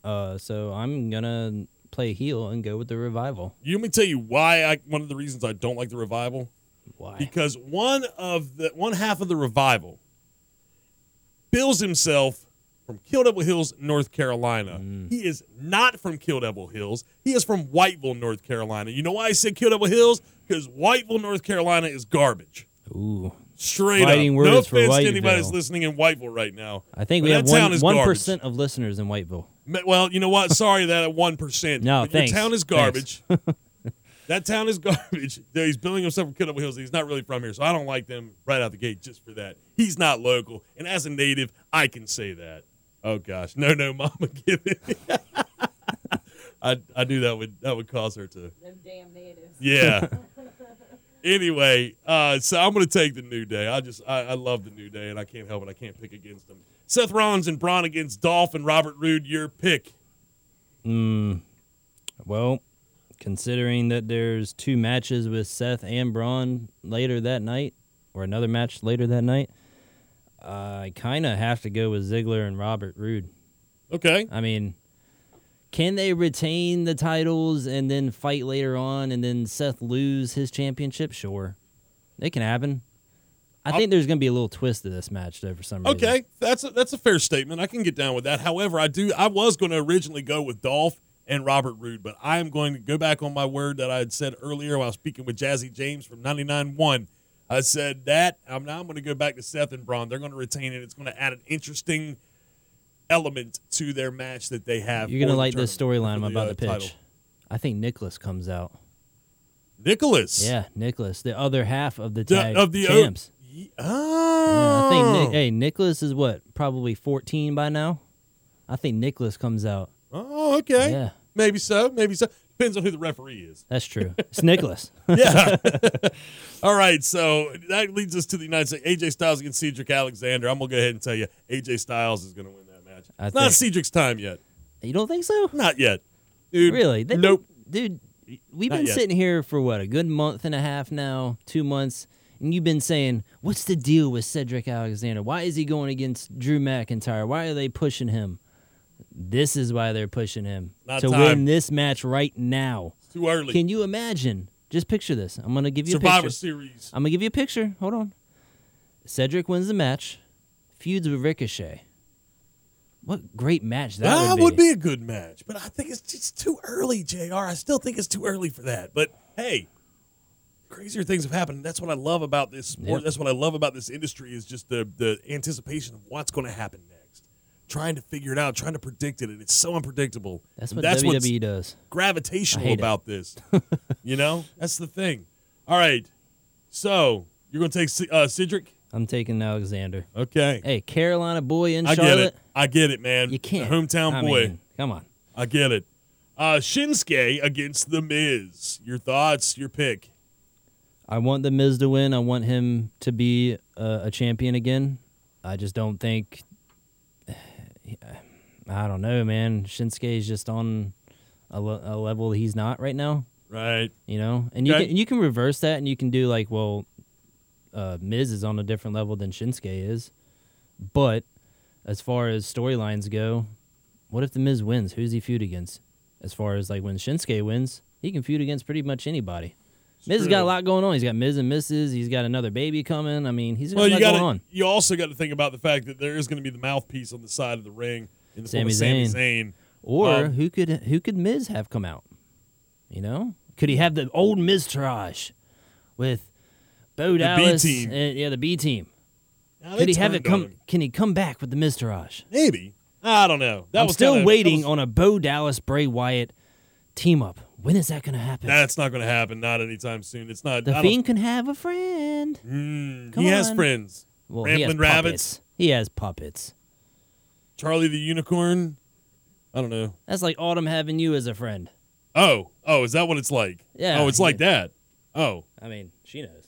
Speaker 2: uh, so I'm gonna play heel and go with the revival.
Speaker 1: You let me tell you why I one of the reasons I don't like the revival
Speaker 2: Why?
Speaker 1: because one of the one half of the revival bills himself from Kill Devil Hills, North Carolina.
Speaker 2: Mm.
Speaker 1: He is not from Kill Devil Hills. He is from Whiteville, North Carolina. You know why I said Kill Devil Hills? Because Whiteville, North Carolina is garbage.
Speaker 2: Ooh,
Speaker 1: Straight
Speaker 2: Fighting
Speaker 1: up.
Speaker 2: words
Speaker 1: no
Speaker 2: for
Speaker 1: offense to anybody
Speaker 2: Whiteville.
Speaker 1: that's listening in Whiteville right now.
Speaker 2: I think
Speaker 1: But
Speaker 2: we
Speaker 1: that
Speaker 2: have
Speaker 1: town
Speaker 2: one
Speaker 1: is
Speaker 2: one
Speaker 1: garbage.
Speaker 2: percent of listeners in Whiteville.
Speaker 1: Ma- Well, you know what? Sorry that at one percent.
Speaker 2: No,
Speaker 1: but
Speaker 2: thanks.
Speaker 1: Your town is
Speaker 2: Thanks.
Speaker 1: garbage. that town is garbage. There, He's billing himself from Kidable Hills. and He's not really from here, so I don't like them right out the gate just for that. He's not local, and as a native, I can say that. Oh gosh, no, no, Mama, give it. I I knew that would that would cause her to.
Speaker 3: Them damn natives.
Speaker 1: Yeah. anyway, uh, so I'm going to take the New Day. I just, I, I love the New Day, and I can't help it. I can't pick against them. Seth Rollins and Braun against Dolph and Robert Roode, your pick.
Speaker 2: Mm, well, considering that there's two matches with Seth and Braun later that night, or another match later that night, I kind of have to go with Ziggler and Robert Roode.
Speaker 1: Okay.
Speaker 2: I mean, can they retain the titles and then fight later on and then Seth lose his championship? Sure. It can happen. I
Speaker 1: I'll-
Speaker 2: think there's going to be a little twist to this match, though, for some reason.
Speaker 1: Okay, that's a, that's a fair statement. I can get down with that. However, I do I was going to originally go with Dolph and Robert Roode, but I am going to go back on my word that I had said earlier while speaking with Jazzy James from 99.1. I said that. I'm now I'm going to go back to Seth and Braun. They're going to retain it. It's going to add an interesting element to their match that they have.
Speaker 2: You're gonna
Speaker 1: for the
Speaker 2: like this
Speaker 1: tournament,
Speaker 2: storyline I'm
Speaker 1: for the,
Speaker 2: about
Speaker 1: uh,
Speaker 2: to pitch.
Speaker 1: title.
Speaker 2: I think Nicholas comes out.
Speaker 1: Nicholas.
Speaker 2: Yeah, Nicholas, the other half of the
Speaker 1: The-
Speaker 2: tag
Speaker 1: of the O-
Speaker 2: champs.
Speaker 1: Ye-
Speaker 2: Yeah, I think
Speaker 1: Oh.
Speaker 2: Nick, hey Nicholas is what probably 14 by now. I think Nicholas comes out.
Speaker 1: Oh, okay.
Speaker 2: Yeah.
Speaker 1: Maybe so. Maybe so. Depends on who the referee is.
Speaker 2: That's true. It's Nicholas.
Speaker 1: Yeah. All right. So that leads us to the United States. AJ Styles against Cedric Alexander. I'm gonna go ahead and tell you, AJ Styles is gonna win that match.
Speaker 2: I
Speaker 1: it's not
Speaker 2: think-
Speaker 1: Cedric's time yet.
Speaker 2: You don't think so?
Speaker 1: Not yet, dude.
Speaker 2: Really? They've been-
Speaker 1: nope.
Speaker 2: dude, we've
Speaker 1: Not
Speaker 2: been
Speaker 1: yet.
Speaker 2: sitting here for what, a good month and a half now, two months, and you've been saying, What's the deal with Cedric Alexander? Why is he going against Drew McIntyre? Why are they pushing him? This is why they're pushing him
Speaker 1: Not
Speaker 2: to
Speaker 1: time.
Speaker 2: win this match right now.
Speaker 1: It's too early.
Speaker 2: Can you imagine? Just picture this. I'm gonna give you a
Speaker 1: Survivor
Speaker 2: picture.
Speaker 1: Series.
Speaker 2: I'm gonna give you a picture. Hold on. Cedric wins the match, feuds with Ricochet. What great match that,
Speaker 1: That
Speaker 2: would, be.
Speaker 1: a good match, but I think it's just too early, Jr. I still think it's too early for that. But hey, crazier things have happened. That's what I love about this sport.
Speaker 2: Yep.
Speaker 1: That's what I love about this industry is just the the anticipation of what's going to happen next, trying to figure it out, trying to predict it, and it's so unpredictable.
Speaker 2: That's what E
Speaker 1: that's what's
Speaker 2: WWE does. I
Speaker 1: gravitational
Speaker 2: hate it.
Speaker 1: about this. you know, that's the thing. All right, so you're going to take C- uh, Cedric.
Speaker 2: I'm taking Alexander.
Speaker 1: Okay,
Speaker 2: Hey, Carolina boy in
Speaker 1: I
Speaker 2: Charlotte.
Speaker 1: get it. I get it, man.
Speaker 2: You can't.
Speaker 1: The hometown
Speaker 2: I
Speaker 1: boy.
Speaker 2: mean, come on.
Speaker 1: I get it. Uh, Shinsuke against The Miz. Your thoughts, your pick.
Speaker 2: I want the Miz to win. I want him to be a, a champion again. I just don't think. I don't know, man. Shinsuke is just on a, le- a level he's not right now.
Speaker 1: Right.
Speaker 2: you know and you
Speaker 1: Okay.
Speaker 2: can you can reverse that and you can do like well uh Miz is on a different level than Shinsuke is but as far as storylines go what if the Miz wins who's he feud against as far as like when Shinsuke wins he can feud against pretty much anybody Miz has got a
Speaker 1: true.
Speaker 2: lot going on he's got Miz and Mrs he's got another baby coming I mean he's got
Speaker 1: Well,
Speaker 2: a
Speaker 1: you
Speaker 2: lot
Speaker 1: got
Speaker 2: going on
Speaker 1: to. You also got to think about the fact that there is going to be the mouthpiece on the side of the ring in the form of Sami
Speaker 2: Sami Zayn.
Speaker 1: Zayn.
Speaker 2: or
Speaker 1: Um,
Speaker 2: who could who could Miz have come out you know could he have the old Miz Taraj with Bo
Speaker 1: B
Speaker 2: Dallas
Speaker 1: team.
Speaker 2: and- yeah the B team
Speaker 1: Now, they
Speaker 2: Could he have it
Speaker 1: turned
Speaker 2: come?
Speaker 1: on him.
Speaker 2: Can he come back with the Miztourage?
Speaker 1: Maybe. I don't know. That
Speaker 2: I'm
Speaker 1: was
Speaker 2: still
Speaker 1: kinda- that
Speaker 2: waiting
Speaker 1: was-
Speaker 2: on a Bo Dallas Bray Wyatt team up. When is that going to happen?
Speaker 1: That's not going to happen. Not anytime soon. It's not.
Speaker 2: the
Speaker 1: I don't-
Speaker 2: Fiend can have a friend.
Speaker 1: Mm,
Speaker 2: Come
Speaker 1: he has
Speaker 2: on.
Speaker 1: friends.
Speaker 2: Well, he has
Speaker 1: Ramblin' Rabbits.
Speaker 2: puppets. He has puppets.
Speaker 1: Charlie the Unicorn. I don't know.
Speaker 2: That's like Autumn having you as a friend.
Speaker 1: Oh, oh, is that what it's like?
Speaker 2: Yeah.
Speaker 1: Oh, it's like that. Oh,
Speaker 2: I mean, she knows.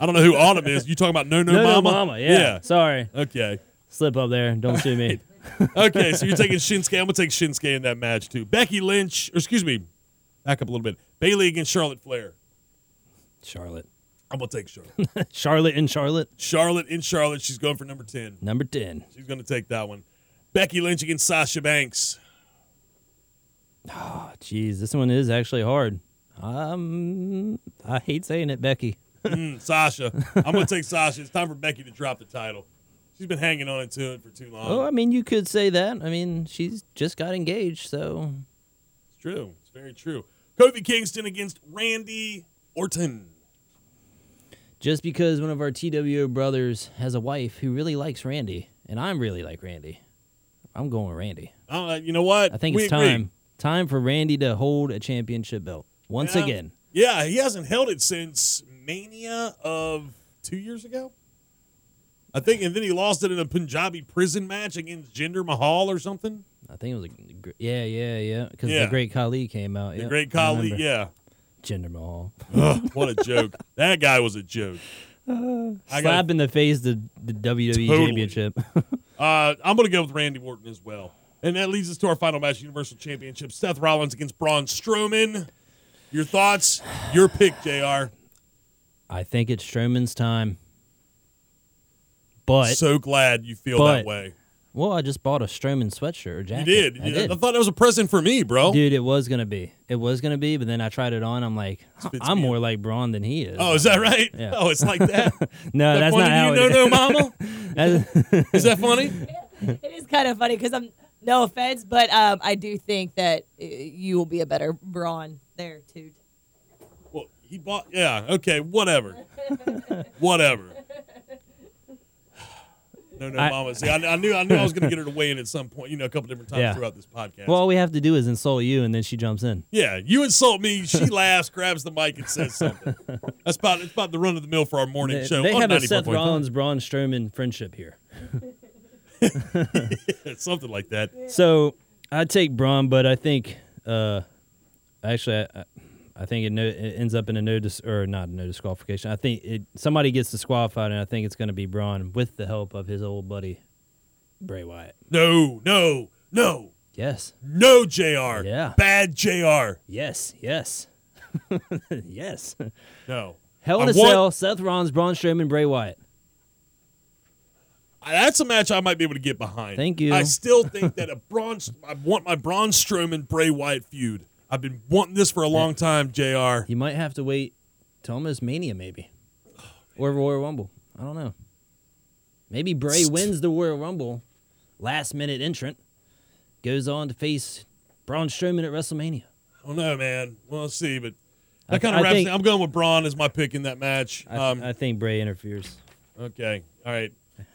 Speaker 1: I don't know who Autumn is. You talking about No No,
Speaker 2: no,
Speaker 1: Mama?
Speaker 2: no, Mama. Yeah. Sorry,
Speaker 1: yeah. Okay.
Speaker 2: slip up there. Don't sue me.
Speaker 1: Okay, so you're taking Shinsuke. I'm gonna take Shinsuke in that match too. Becky Lynch, or excuse me, back up a little bit. Bailey against Charlotte Flair.
Speaker 2: Charlotte.
Speaker 1: I'm gonna take Charlotte.
Speaker 2: Charlotte and Charlotte.
Speaker 1: Charlotte in Charlotte. She's going for number ten.
Speaker 2: Number ten.
Speaker 1: She's gonna take that one. Becky Lynch against Sasha Banks.
Speaker 2: Oh, jeez, this one is actually hard. Um, I hate saying it, Becky.
Speaker 1: Mm, Sasha. I'm gonna take Sasha. It's time for Becky to drop the title. She's been hanging on to it for too long.
Speaker 2: Oh, I mean, you could say that. I mean, she's just got engaged, so
Speaker 1: It's true. It's very true. Kofi Kingston against Randy Orton.
Speaker 2: just because one of our TWO brothers has a wife who really likes Randy, and I'm really like Randy, I'm going with Randy.
Speaker 1: Uh, you know what?
Speaker 2: I think
Speaker 1: We
Speaker 2: it's
Speaker 1: agree.
Speaker 2: time. Time for Randy to hold a championship belt once
Speaker 1: Yeah.
Speaker 2: again.
Speaker 1: Yeah, he hasn't held it since Mania of two years ago. I think, and then he lost it in a Punjabi prison match against Jinder Mahal or something.
Speaker 2: I think it was a, gr- yeah, yeah, yeah, because
Speaker 1: Yeah.
Speaker 2: the Great Khali came out.
Speaker 1: The
Speaker 2: Yep,
Speaker 1: great
Speaker 2: I
Speaker 1: colleague,
Speaker 2: remember.
Speaker 1: yeah.
Speaker 2: Jinder Mahal.
Speaker 1: Ugh, what a joke. That guy was a joke. I gotta-
Speaker 2: Slap in the face the, the WWE
Speaker 1: Totally.
Speaker 2: championship.
Speaker 1: Uh, I'm going to go with Randy Orton as well. And that leads us to our final match, Universal Championship. Seth Rollins against Braun Strowman. Your thoughts? Your pick, JR.
Speaker 2: I think it's Strowman's time. But
Speaker 1: so glad you feel
Speaker 2: but-
Speaker 1: that way.
Speaker 2: Well, I just bought a Strowman sweatshirt or
Speaker 1: You
Speaker 2: jacket.
Speaker 1: did.
Speaker 2: I did.
Speaker 1: I thought that was a present for me, bro.
Speaker 2: Dude, it was gonna be. It was gonna be, but then I tried it on. I'm like,
Speaker 1: fits
Speaker 2: I'm
Speaker 1: me
Speaker 2: more like Braun than he is.
Speaker 1: Oh, is that right?
Speaker 2: Yeah.
Speaker 1: Oh, it's like that.
Speaker 2: no,
Speaker 1: that
Speaker 2: that's
Speaker 1: funny
Speaker 2: not
Speaker 1: to
Speaker 2: how
Speaker 1: you, no,
Speaker 2: it is.
Speaker 1: no, mama.
Speaker 2: That's-
Speaker 1: Is that funny?
Speaker 3: It is kind of funny because I'm no offense, but um, I do think that uh, you will be a better brawn there, too.
Speaker 1: Well, he bought. Yeah. Okay. Whatever. Whatever. No, no,
Speaker 2: I-
Speaker 1: Mama. See, I, I knew, I knew I was going to get her to weigh in at some point. You know, a couple different times
Speaker 2: Yeah.
Speaker 1: throughout this podcast.
Speaker 2: Well, all we have to do is insult you, and then she jumps in.
Speaker 1: yeah, you insult me, she laughs, grabs the mic, and says something. That's about, it's about the run of the mill for our morning
Speaker 2: They,
Speaker 1: show. Oh,
Speaker 2: they
Speaker 1: on
Speaker 2: have a Seth
Speaker 1: 94.5.
Speaker 2: Rollins Braun Strowman friendship here.
Speaker 1: something like that.
Speaker 2: So I take Braun, but I think uh, actually I, I think it, no, it ends up in a no dis- or not a no disqualification. I think it somebody gets disqualified, and I think it's going to be Braun with the help of his old buddy Bray Wyatt.
Speaker 1: No, no, no,
Speaker 2: Yes,
Speaker 1: no, Jr.
Speaker 2: Yeah.
Speaker 1: bad Jr.
Speaker 2: yes, yes, yes.
Speaker 1: No,
Speaker 2: Hell in
Speaker 1: I
Speaker 2: a
Speaker 1: want-
Speaker 2: Cell, Seth Rollins, Braun Strowman, Bray Wyatt.
Speaker 1: I- that's a match I might be able to get behind.
Speaker 2: Thank you.
Speaker 1: I still think that a Braun, I want my Braun Strowman Bray Wyatt feud. I've been wanting this for a long time, Jr.
Speaker 2: You might have to wait till almost Mania, maybe, or Royal Rumble. I don't know. Maybe Bray
Speaker 1: St-
Speaker 2: wins the Royal Rumble, last minute entrant, goes on to face Braun Strowman at WrestleMania.
Speaker 1: I don't know, man. We'll see, but
Speaker 2: I-
Speaker 1: that kind
Speaker 2: I
Speaker 1: of wraps.
Speaker 2: think-
Speaker 1: it. I'm going with Braun as my pick in that match.
Speaker 2: I,
Speaker 1: um,
Speaker 2: I think Bray interferes.
Speaker 1: okay, all right.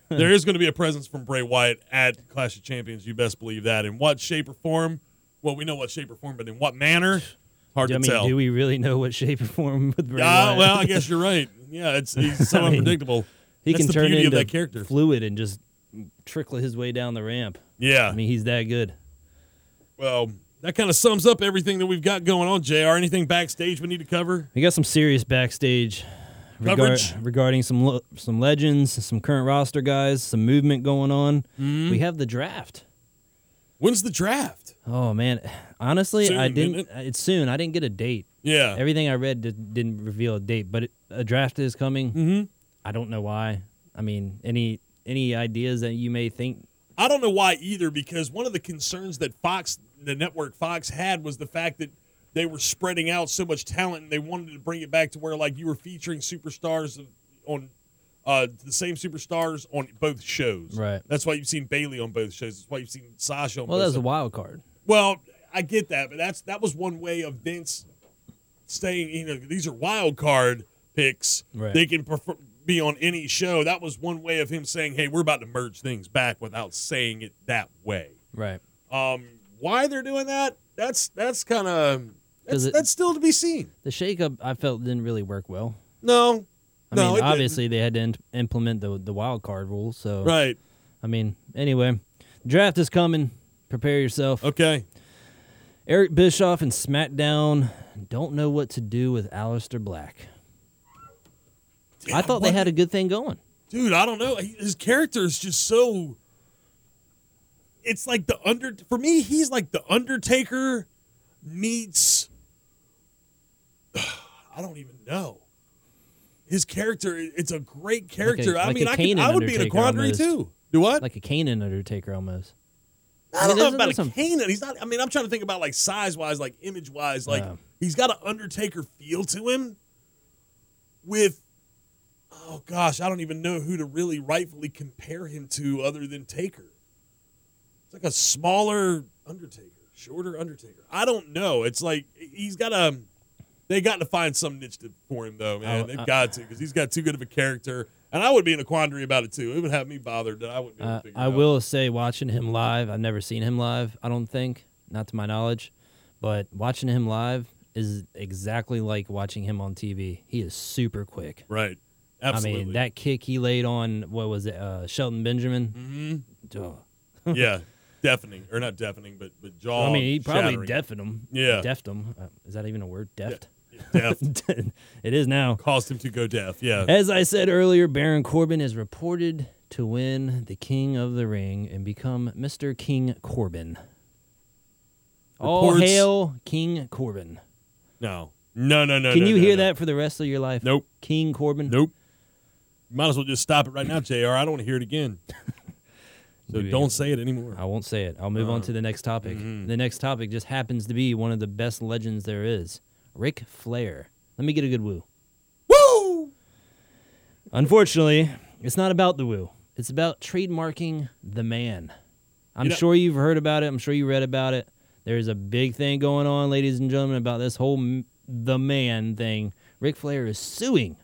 Speaker 1: there is going to be a presence from Bray Wyatt at Clash of Champions. You best believe that. In what shape or form? Well, we know what shape or form, but in what manner? Hard
Speaker 2: I
Speaker 1: to
Speaker 2: mean,
Speaker 1: tell.
Speaker 2: do we really know what shape or form with Bray?
Speaker 1: Yeah,
Speaker 2: Wyatt?
Speaker 1: well, I guess you're right. Yeah, it's he's so
Speaker 2: I mean,
Speaker 1: unpredictable.
Speaker 2: he
Speaker 1: That's
Speaker 2: can
Speaker 1: the
Speaker 2: turn
Speaker 1: beauty
Speaker 2: into
Speaker 1: of that character.
Speaker 2: fluid and just trickle his way down the ramp.
Speaker 1: yeah.
Speaker 2: I mean, he's that good.
Speaker 1: well, that kind of sums up everything that we've got going on, Jr. Anything backstage we need to cover?
Speaker 2: We got some serious backstage
Speaker 1: Coverage.
Speaker 2: regarding some lo- some legends, some current roster guys, some movement going on.
Speaker 1: Mm-hmm.
Speaker 2: We have the draft.
Speaker 1: When's the draft?
Speaker 2: Oh man, honestly, I
Speaker 1: Soon, isn't
Speaker 2: didn't. uh, It's soon. I didn't get a date.
Speaker 1: Yeah.
Speaker 2: Everything I read did, didn't reveal a date, but it, a draft is coming.
Speaker 1: mm-hmm.
Speaker 2: I don't know why. I mean, any any ideas that you may think?
Speaker 1: I don't know why either, because one of the concerns that Fox, the network Fox, had was the fact that they were spreading out so much talent, and they wanted to bring it back to where like you were featuring superstars of- on uh, the same superstars on both shows.
Speaker 2: Right.
Speaker 1: That's why you've seen Bailey on both shows. That's why you've seen Sasha on
Speaker 2: Well,
Speaker 1: both
Speaker 2: that was
Speaker 1: shows.
Speaker 2: a wild card.
Speaker 1: Well, I get that, but that's that was one way of Vince saying, you know, these are wild card picks.
Speaker 2: Right.
Speaker 1: They can prefer, be on any show. That was one way of him saying, "Hey, we're about to merge things back," without saying it that way.
Speaker 2: Right.
Speaker 1: Um, why they're doing that? That's that's kind of that's,
Speaker 2: Does it-
Speaker 1: that's still to be seen.
Speaker 2: The shakeup I felt didn't really work well.
Speaker 1: No,
Speaker 2: I
Speaker 1: no, it
Speaker 2: mean,
Speaker 1: didn't.
Speaker 2: obviously they had to in- implement the the wild card rule. So
Speaker 1: right?
Speaker 2: I mean, anyway, draft is coming. Prepare yourself.
Speaker 1: Okay,
Speaker 2: Eric Bischoff and SmackDown don't know what to do with Aleister Black. I thought they
Speaker 1: What-
Speaker 2: had a good thing going.
Speaker 1: dude i don't know He- his character is just so it's like the under for me he's like the undertaker meets i don't even know his character it's a great character I
Speaker 2: like
Speaker 1: mean
Speaker 2: a
Speaker 1: I could,
Speaker 2: Kane
Speaker 1: i would be in a
Speaker 2: Undertaker
Speaker 1: quandary
Speaker 2: almost.
Speaker 1: too do what
Speaker 2: Like a Kanan Undertaker almost.
Speaker 1: i don't
Speaker 2: mean,
Speaker 1: know
Speaker 2: there's-
Speaker 1: about a
Speaker 2: there's some-
Speaker 1: Kane. he's not i mean i'm trying to think about like size wise like image wise like
Speaker 2: Yeah.
Speaker 1: he's got an undertaker feel to him with oh gosh, I don't even know who to really rightfully compare him to other than Taker. It's like a smaller Undertaker, shorter Undertaker. I don't know. It's like he's got a. They got to find some niche to, for him though, man.
Speaker 2: Oh,
Speaker 1: They've
Speaker 2: I-
Speaker 1: got to because he's got too good of a character. And I would be in a quandary about it too. It would have me bothered that I wouldn't. Be able to
Speaker 2: Uh,
Speaker 1: figure it
Speaker 2: I
Speaker 1: out.
Speaker 2: will say, watching him live, I've never seen him live, I don't think, not to my knowledge, but watching him live is exactly like watching him on TV. He is super quick.
Speaker 1: Right. Absolutely.
Speaker 2: I mean, that kick he laid on, what was it, uh, Shelton Benjamin? Oh.
Speaker 1: Mm-hmm. yeah. Deafening or not deafening, but but jaw.
Speaker 2: I mean, he probably
Speaker 1: shattering.
Speaker 2: deafened him.
Speaker 1: Yeah.
Speaker 2: Deft him. Uh, is that even a word? Deft?
Speaker 1: deaf
Speaker 2: it is now.
Speaker 1: caused him to go deaf. Yeah.
Speaker 2: As I said earlier, Baron Corbin is reported to win the King of the Ring and become Mr. King Corbin. All
Speaker 1: Reports-
Speaker 2: hail King Corbin.
Speaker 1: No. No, no, no.
Speaker 2: Can
Speaker 1: no,
Speaker 2: you
Speaker 1: no,
Speaker 2: hear
Speaker 1: no.
Speaker 2: that for the rest of your life?
Speaker 1: Nope.
Speaker 2: King Corbin?
Speaker 1: Nope. Might as well just stop it right now, JR. I don't want to hear it again. So
Speaker 2: Yeah.
Speaker 1: don't say it anymore.
Speaker 2: I won't say it. I'll move
Speaker 1: Uh-huh.
Speaker 2: on to the next topic.
Speaker 1: Mm-hmm.
Speaker 2: The next topic just happens to be one of the best legends there is Ric Flair. Let me get a good woo.
Speaker 1: Woo!
Speaker 2: Unfortunately, it's not about the woo. It's about trademarking the man. I'm
Speaker 1: You know-
Speaker 2: sure you've heard about it. I'm sure you read about it. There's a big thing going on, ladies and gentlemen, about this whole m- the man thing. Ric Flair is suing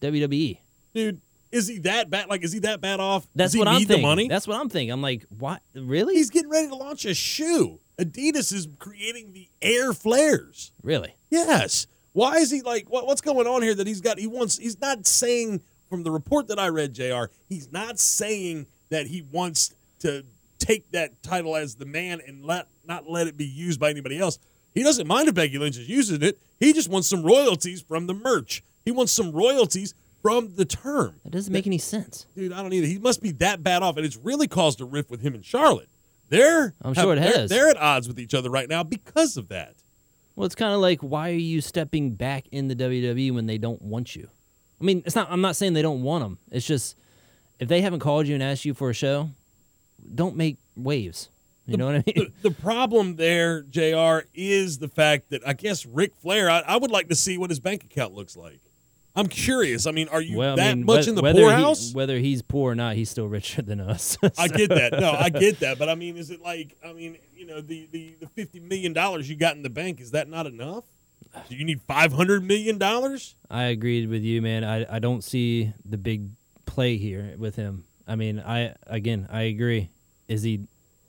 Speaker 2: WWE.
Speaker 1: dude. Is he that bad? Like, is he that bad off?
Speaker 2: That's
Speaker 1: Does he
Speaker 2: what I'm
Speaker 1: need
Speaker 2: thinking.
Speaker 1: The money?
Speaker 2: That's what I'm thinking. I'm like, what? Really?
Speaker 1: He's getting ready to launch a shoe. Adidas is creating the air flares.
Speaker 2: really?
Speaker 1: Yes. Why is he like what, what's going on here that he's got he wants he's not saying from the report that I read JR, he's not saying that he wants to take that title as the man and let not let it be used by anybody else. He doesn't mind if Becky Lynch is using it. He just wants some royalties from the merch. He wants some royalties from the term.
Speaker 2: That doesn't make any sense.
Speaker 1: Dude, I don't either. He must be that bad off, and it's really caused a rift with him and Charlotte. They're
Speaker 2: I'm sure it
Speaker 1: they're-
Speaker 2: has.
Speaker 1: They're at odds with each other right now because of that.
Speaker 2: Well, it's kind of like, why are you stepping back in the WWE when they don't want you? I mean, it's not. I'm not saying they don't want them. It's just if they haven't called you and asked you for a show, don't make waves. You know what I mean?
Speaker 1: the, the problem there, Jr., is the fact that I guess Ric Flair. I, I would like to see what his bank account looks like. I'm curious. I mean, are you
Speaker 2: well, I
Speaker 1: that
Speaker 2: mean,
Speaker 1: much
Speaker 2: whe-
Speaker 1: in the
Speaker 2: whether
Speaker 1: poorhouse?
Speaker 2: He, whether he's poor or not, he's still richer than us.
Speaker 1: I get that. No, I get that. But I mean, is it like I mean, you know, the the, the fifty million dollars you got in the bank is that not enough? Do you need five hundred million dollars?
Speaker 2: I agreed with you, man. I, I don't see the big play here with him. I mean, I again, I agree. Is he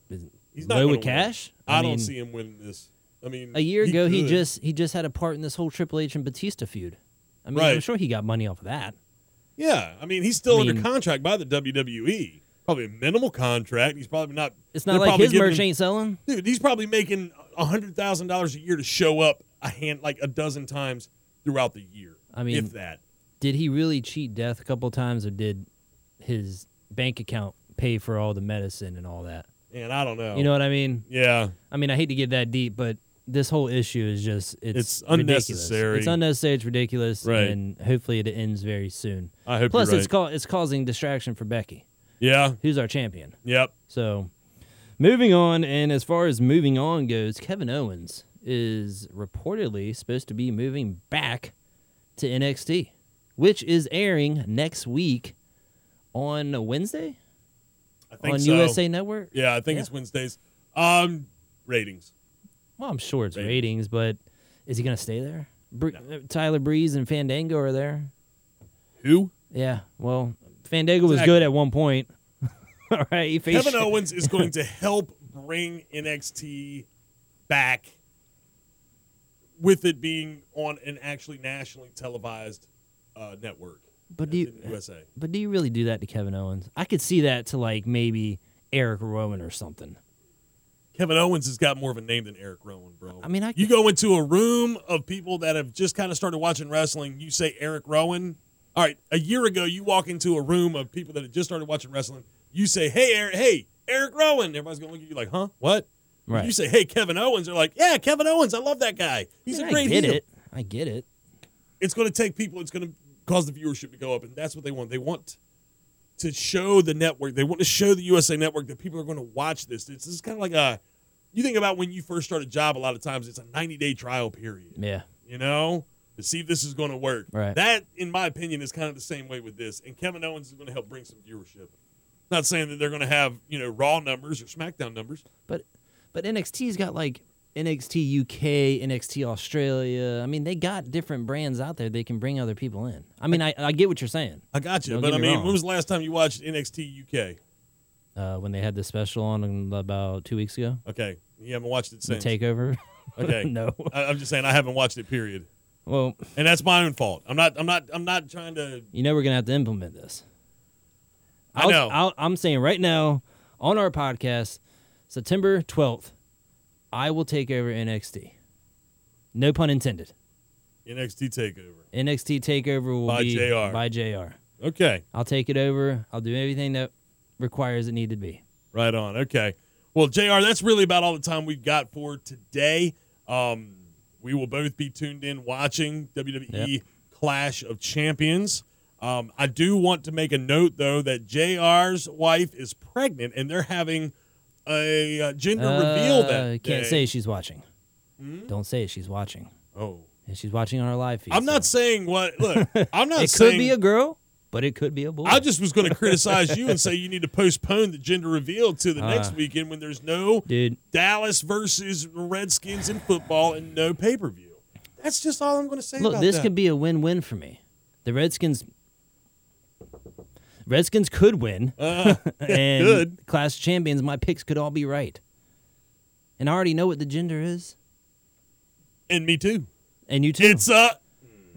Speaker 2: is
Speaker 1: He's not
Speaker 2: low
Speaker 1: gonna win.
Speaker 2: with cash?
Speaker 1: I, don't
Speaker 2: mean,
Speaker 1: see him winning this. I mean,
Speaker 2: A year ago, he
Speaker 1: could.
Speaker 2: just he just had a part in this whole Triple H and Batista feud. I mean, I'm
Speaker 1: Right.
Speaker 2: sure he got money off of that.
Speaker 1: yeah. I mean, he's still
Speaker 2: I
Speaker 1: under
Speaker 2: mean-
Speaker 1: contract by the WWE. Probably a minimal contract. He's probably not.
Speaker 2: It's not
Speaker 1: they're
Speaker 2: like
Speaker 1: probably
Speaker 2: his
Speaker 1: giving
Speaker 2: merch
Speaker 1: him-
Speaker 2: ain't selling.
Speaker 1: dude, he's probably making a hundred thousand dollars a year to show up a hand like a dozen times throughout the year.
Speaker 2: I mean-
Speaker 1: if that.
Speaker 2: Did he really cheat death a couple times, or did his bank account pay for all the medicine and all that?
Speaker 1: And I don't know.
Speaker 2: You know what I mean?
Speaker 1: Yeah.
Speaker 2: I mean, I hate to get that deep, but this whole issue is just it's,
Speaker 1: It's
Speaker 2: ridiculous.
Speaker 1: unnecessary.
Speaker 2: It's unnecessary. It's ridiculous.
Speaker 1: Right.
Speaker 2: And hopefully it ends very soon.
Speaker 1: I hope.
Speaker 2: Plus,
Speaker 1: you're
Speaker 2: it's
Speaker 1: right.
Speaker 2: ca- it's causing distraction for Becky,
Speaker 1: Yeah.
Speaker 2: who's our champion.
Speaker 1: Yep.
Speaker 2: So, moving on, and as far as moving on goes, Kevin Owens is reportedly supposed to be moving back to NXT, which is airing next week on Wednesday
Speaker 1: I think
Speaker 2: on
Speaker 1: so.
Speaker 2: USA Network.
Speaker 1: Yeah, I think
Speaker 2: Yeah.
Speaker 1: it's Wednesdays. Um, ratings.
Speaker 2: Well, I'm sure it's
Speaker 1: Ratings.
Speaker 2: ratings, but is he going to stay there? Br- Tyler Breeze and Fandango are there.
Speaker 1: Who?
Speaker 2: Yeah. Well, Fandango was
Speaker 1: Exactly.
Speaker 2: good at one point. All right. He faced
Speaker 1: Kevin Owens is going to help bring NXT back with it being on an actually nationally televised uh, network.
Speaker 2: But do you,
Speaker 1: in USA.
Speaker 2: but do you really do that to Kevin Owens? I could see that to like maybe Eric Rowan or something.
Speaker 1: Kevin Owens has got more of a name than Eric Rowan, bro.
Speaker 2: I mean, I-
Speaker 1: you go into a room of people that have just kind of started watching wrestling. You say Eric Rowan. All right, a year ago, you walk into a room of people that had just started watching wrestling. You say, "Hey, Eric, hey, Eric Rowan." Everybody's gonna look at you like, "Huh? What?"
Speaker 2: Right.
Speaker 1: You say, "Hey, Kevin Owens." They're like, "Yeah, Kevin Owens. I love that guy. He's
Speaker 2: I mean,
Speaker 1: a great
Speaker 2: I get
Speaker 1: heel."
Speaker 2: it. I get it.
Speaker 1: It's gonna take people. It's gonna cause the viewership to go up, and that's what they want. They want to show the network. They want to show the USA Network that people are going to watch this. This is kind of like a. You think about when you first start a job. A lot of times, it's a ninety-day trial period.
Speaker 2: Yeah.
Speaker 1: You know, to see if this is going to work.
Speaker 2: Right.
Speaker 1: That, in my opinion, is kind of the same way with this. And Kevin Owens is going to help bring some viewership. Not saying that they're going to have you know Raw numbers or SmackDown numbers.
Speaker 2: But but NXT's got like NXT UK, NXT Australia. I mean, they got different brands out there they can bring other people in. I mean, I, I get what you're saying.
Speaker 1: I got you,
Speaker 2: Don't
Speaker 1: but I
Speaker 2: get me
Speaker 1: mean,
Speaker 2: wrong.
Speaker 1: when was the last time you watched NXT UK?
Speaker 2: Uh, when they had the special on about two weeks ago,
Speaker 1: Okay, you haven't watched it
Speaker 2: the
Speaker 1: since.
Speaker 2: takeover.
Speaker 1: Okay.
Speaker 2: no.
Speaker 1: I, I'm just saying I haven't watched it. Period.
Speaker 2: Well,
Speaker 1: and that's my own fault. I'm not. I'm not. I'm not trying to.
Speaker 2: you know we're gonna have to implement this.
Speaker 1: I
Speaker 2: I'll-
Speaker 1: know.
Speaker 2: I'll, I'm saying right now on our podcast, September 12th, I will take over NXT. No pun intended.
Speaker 1: NXT Takeover.
Speaker 2: NXT Takeover will
Speaker 1: By
Speaker 2: be
Speaker 1: JR.
Speaker 2: by JR.
Speaker 1: Okay,
Speaker 2: I'll take it over. I'll do everything that requires it need to be.
Speaker 1: right on. Okay. Well, Jr. That's really about all the time we've got for today. Um, we will both be tuned in watching WWE Clash of Champions. Um, I do want to make a note though that Jr.'s wife is pregnant and they're having a uh, gender reveal
Speaker 2: Uh,
Speaker 1: that
Speaker 2: can't
Speaker 1: day.
Speaker 2: say she's watching. Don't say she's watching.
Speaker 1: Oh,
Speaker 2: And she's watching on our live feed.
Speaker 1: I'm not
Speaker 2: so-
Speaker 1: saying what. Look, I'm not
Speaker 2: It
Speaker 1: saying
Speaker 2: could be a girl, but it could be a boy.
Speaker 1: I just was going to criticize you and say you need to postpone the gender reveal to the next
Speaker 2: Uh,
Speaker 1: weekend when there's no
Speaker 2: dude.
Speaker 1: Dallas versus Redskins in football and no pay per view. That's just all I'm going to say.
Speaker 2: Look,
Speaker 1: about
Speaker 2: this
Speaker 1: that.
Speaker 2: could be a win-win for me. The Redskins Redskins could win,
Speaker 1: Uh,
Speaker 2: and
Speaker 1: good.
Speaker 2: Class of Champions, my picks could all be right. And I already know what the gender is,
Speaker 1: and me too.
Speaker 2: and you too.
Speaker 1: It's uh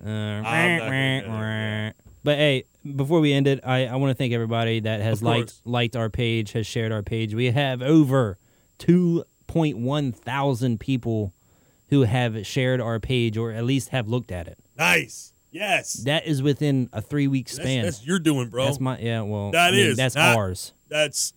Speaker 2: Uh,
Speaker 1: I'm not gonna do that.
Speaker 2: but hey, before we end it, I, I want to thank everybody that has
Speaker 1: Of
Speaker 2: liked
Speaker 1: course.
Speaker 2: liked our page, has shared our page. We have over two point one thousand people who have shared our page or at least have looked at it.
Speaker 1: nice. Yes.
Speaker 2: That is within a three week
Speaker 1: that's,
Speaker 2: span.
Speaker 1: that's you're doing, bro.
Speaker 2: That's my yeah. Well,
Speaker 1: That
Speaker 2: I mean,
Speaker 1: is
Speaker 2: that's
Speaker 1: not-
Speaker 2: ours.
Speaker 1: that's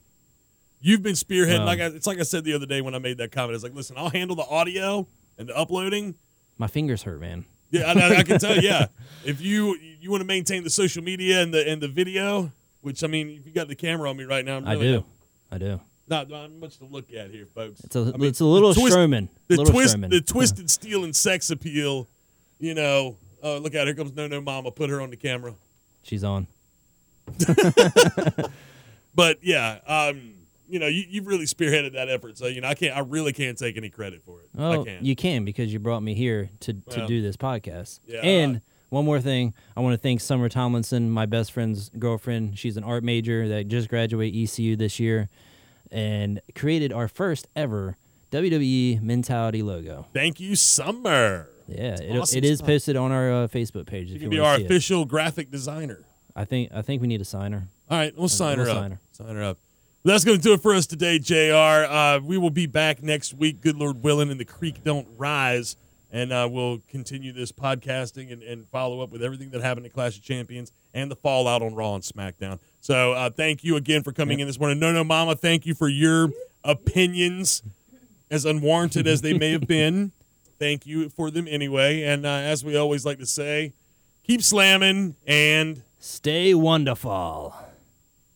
Speaker 1: you've been spearheading.
Speaker 2: Well-
Speaker 1: like I, it's like I said the other day when I made that comment. It's like, listen, I'll handle the audio and the uploading.
Speaker 2: My fingers hurt, man.
Speaker 1: Yeah, I, I- I can tell. Yeah, if you you want to maintain the social media and the and the video, which I mean, if you got the camera on me right now, I'm
Speaker 2: I
Speaker 1: really
Speaker 2: do, I do.
Speaker 1: Not, not much to look at here, folks.
Speaker 2: It's a
Speaker 1: I mean,
Speaker 2: it's a little
Speaker 1: the twist-
Speaker 2: Sherman.
Speaker 1: the
Speaker 2: little
Speaker 1: twist,
Speaker 2: Sherman.
Speaker 1: the twisted steel and sex appeal. You know, oh look out! Here comes no no mama. Put her on the camera.
Speaker 2: She's on.
Speaker 1: But yeah, um, you know, you, you've really spearheaded that effort. So you know, I can't, I really can't take any credit for it.
Speaker 2: Oh,
Speaker 1: I can't.
Speaker 2: you can because you brought me here to, to
Speaker 1: Well,
Speaker 2: do this podcast.
Speaker 1: yeah,
Speaker 2: and one more thing, I want to thank Summer Tomlinson, my best friend's girlfriend. She's an art major that just graduated ECU this year and created our first ever WWE mentality logo.
Speaker 1: Thank you, Summer.
Speaker 2: Yeah, it,
Speaker 1: awesome
Speaker 2: it is
Speaker 1: stuff.
Speaker 2: posted on our uh, Facebook page.
Speaker 1: She
Speaker 2: if
Speaker 1: can
Speaker 2: you
Speaker 1: be
Speaker 2: wanna
Speaker 1: our
Speaker 2: see it.
Speaker 1: official graphic designer.
Speaker 2: I think I think we need a signer.
Speaker 1: All right, we'll sign
Speaker 2: we'll
Speaker 1: her up.
Speaker 2: sign her.
Speaker 1: Sign her up. That's going to do it for us today, JR. Uh, we will be back next week, good Lord willing, and the creek don't rise. And uh, we'll continue this podcasting and, and follow up with everything that happened at Clash of Champions and the fallout on Raw and SmackDown. So uh, thank you again for coming in this morning. No, no, Mama, thank you for your opinions, as unwarranted as they may have been. Thank you for them anyway. And uh, as we always like to say, keep slamming and.
Speaker 2: Stay wonderful.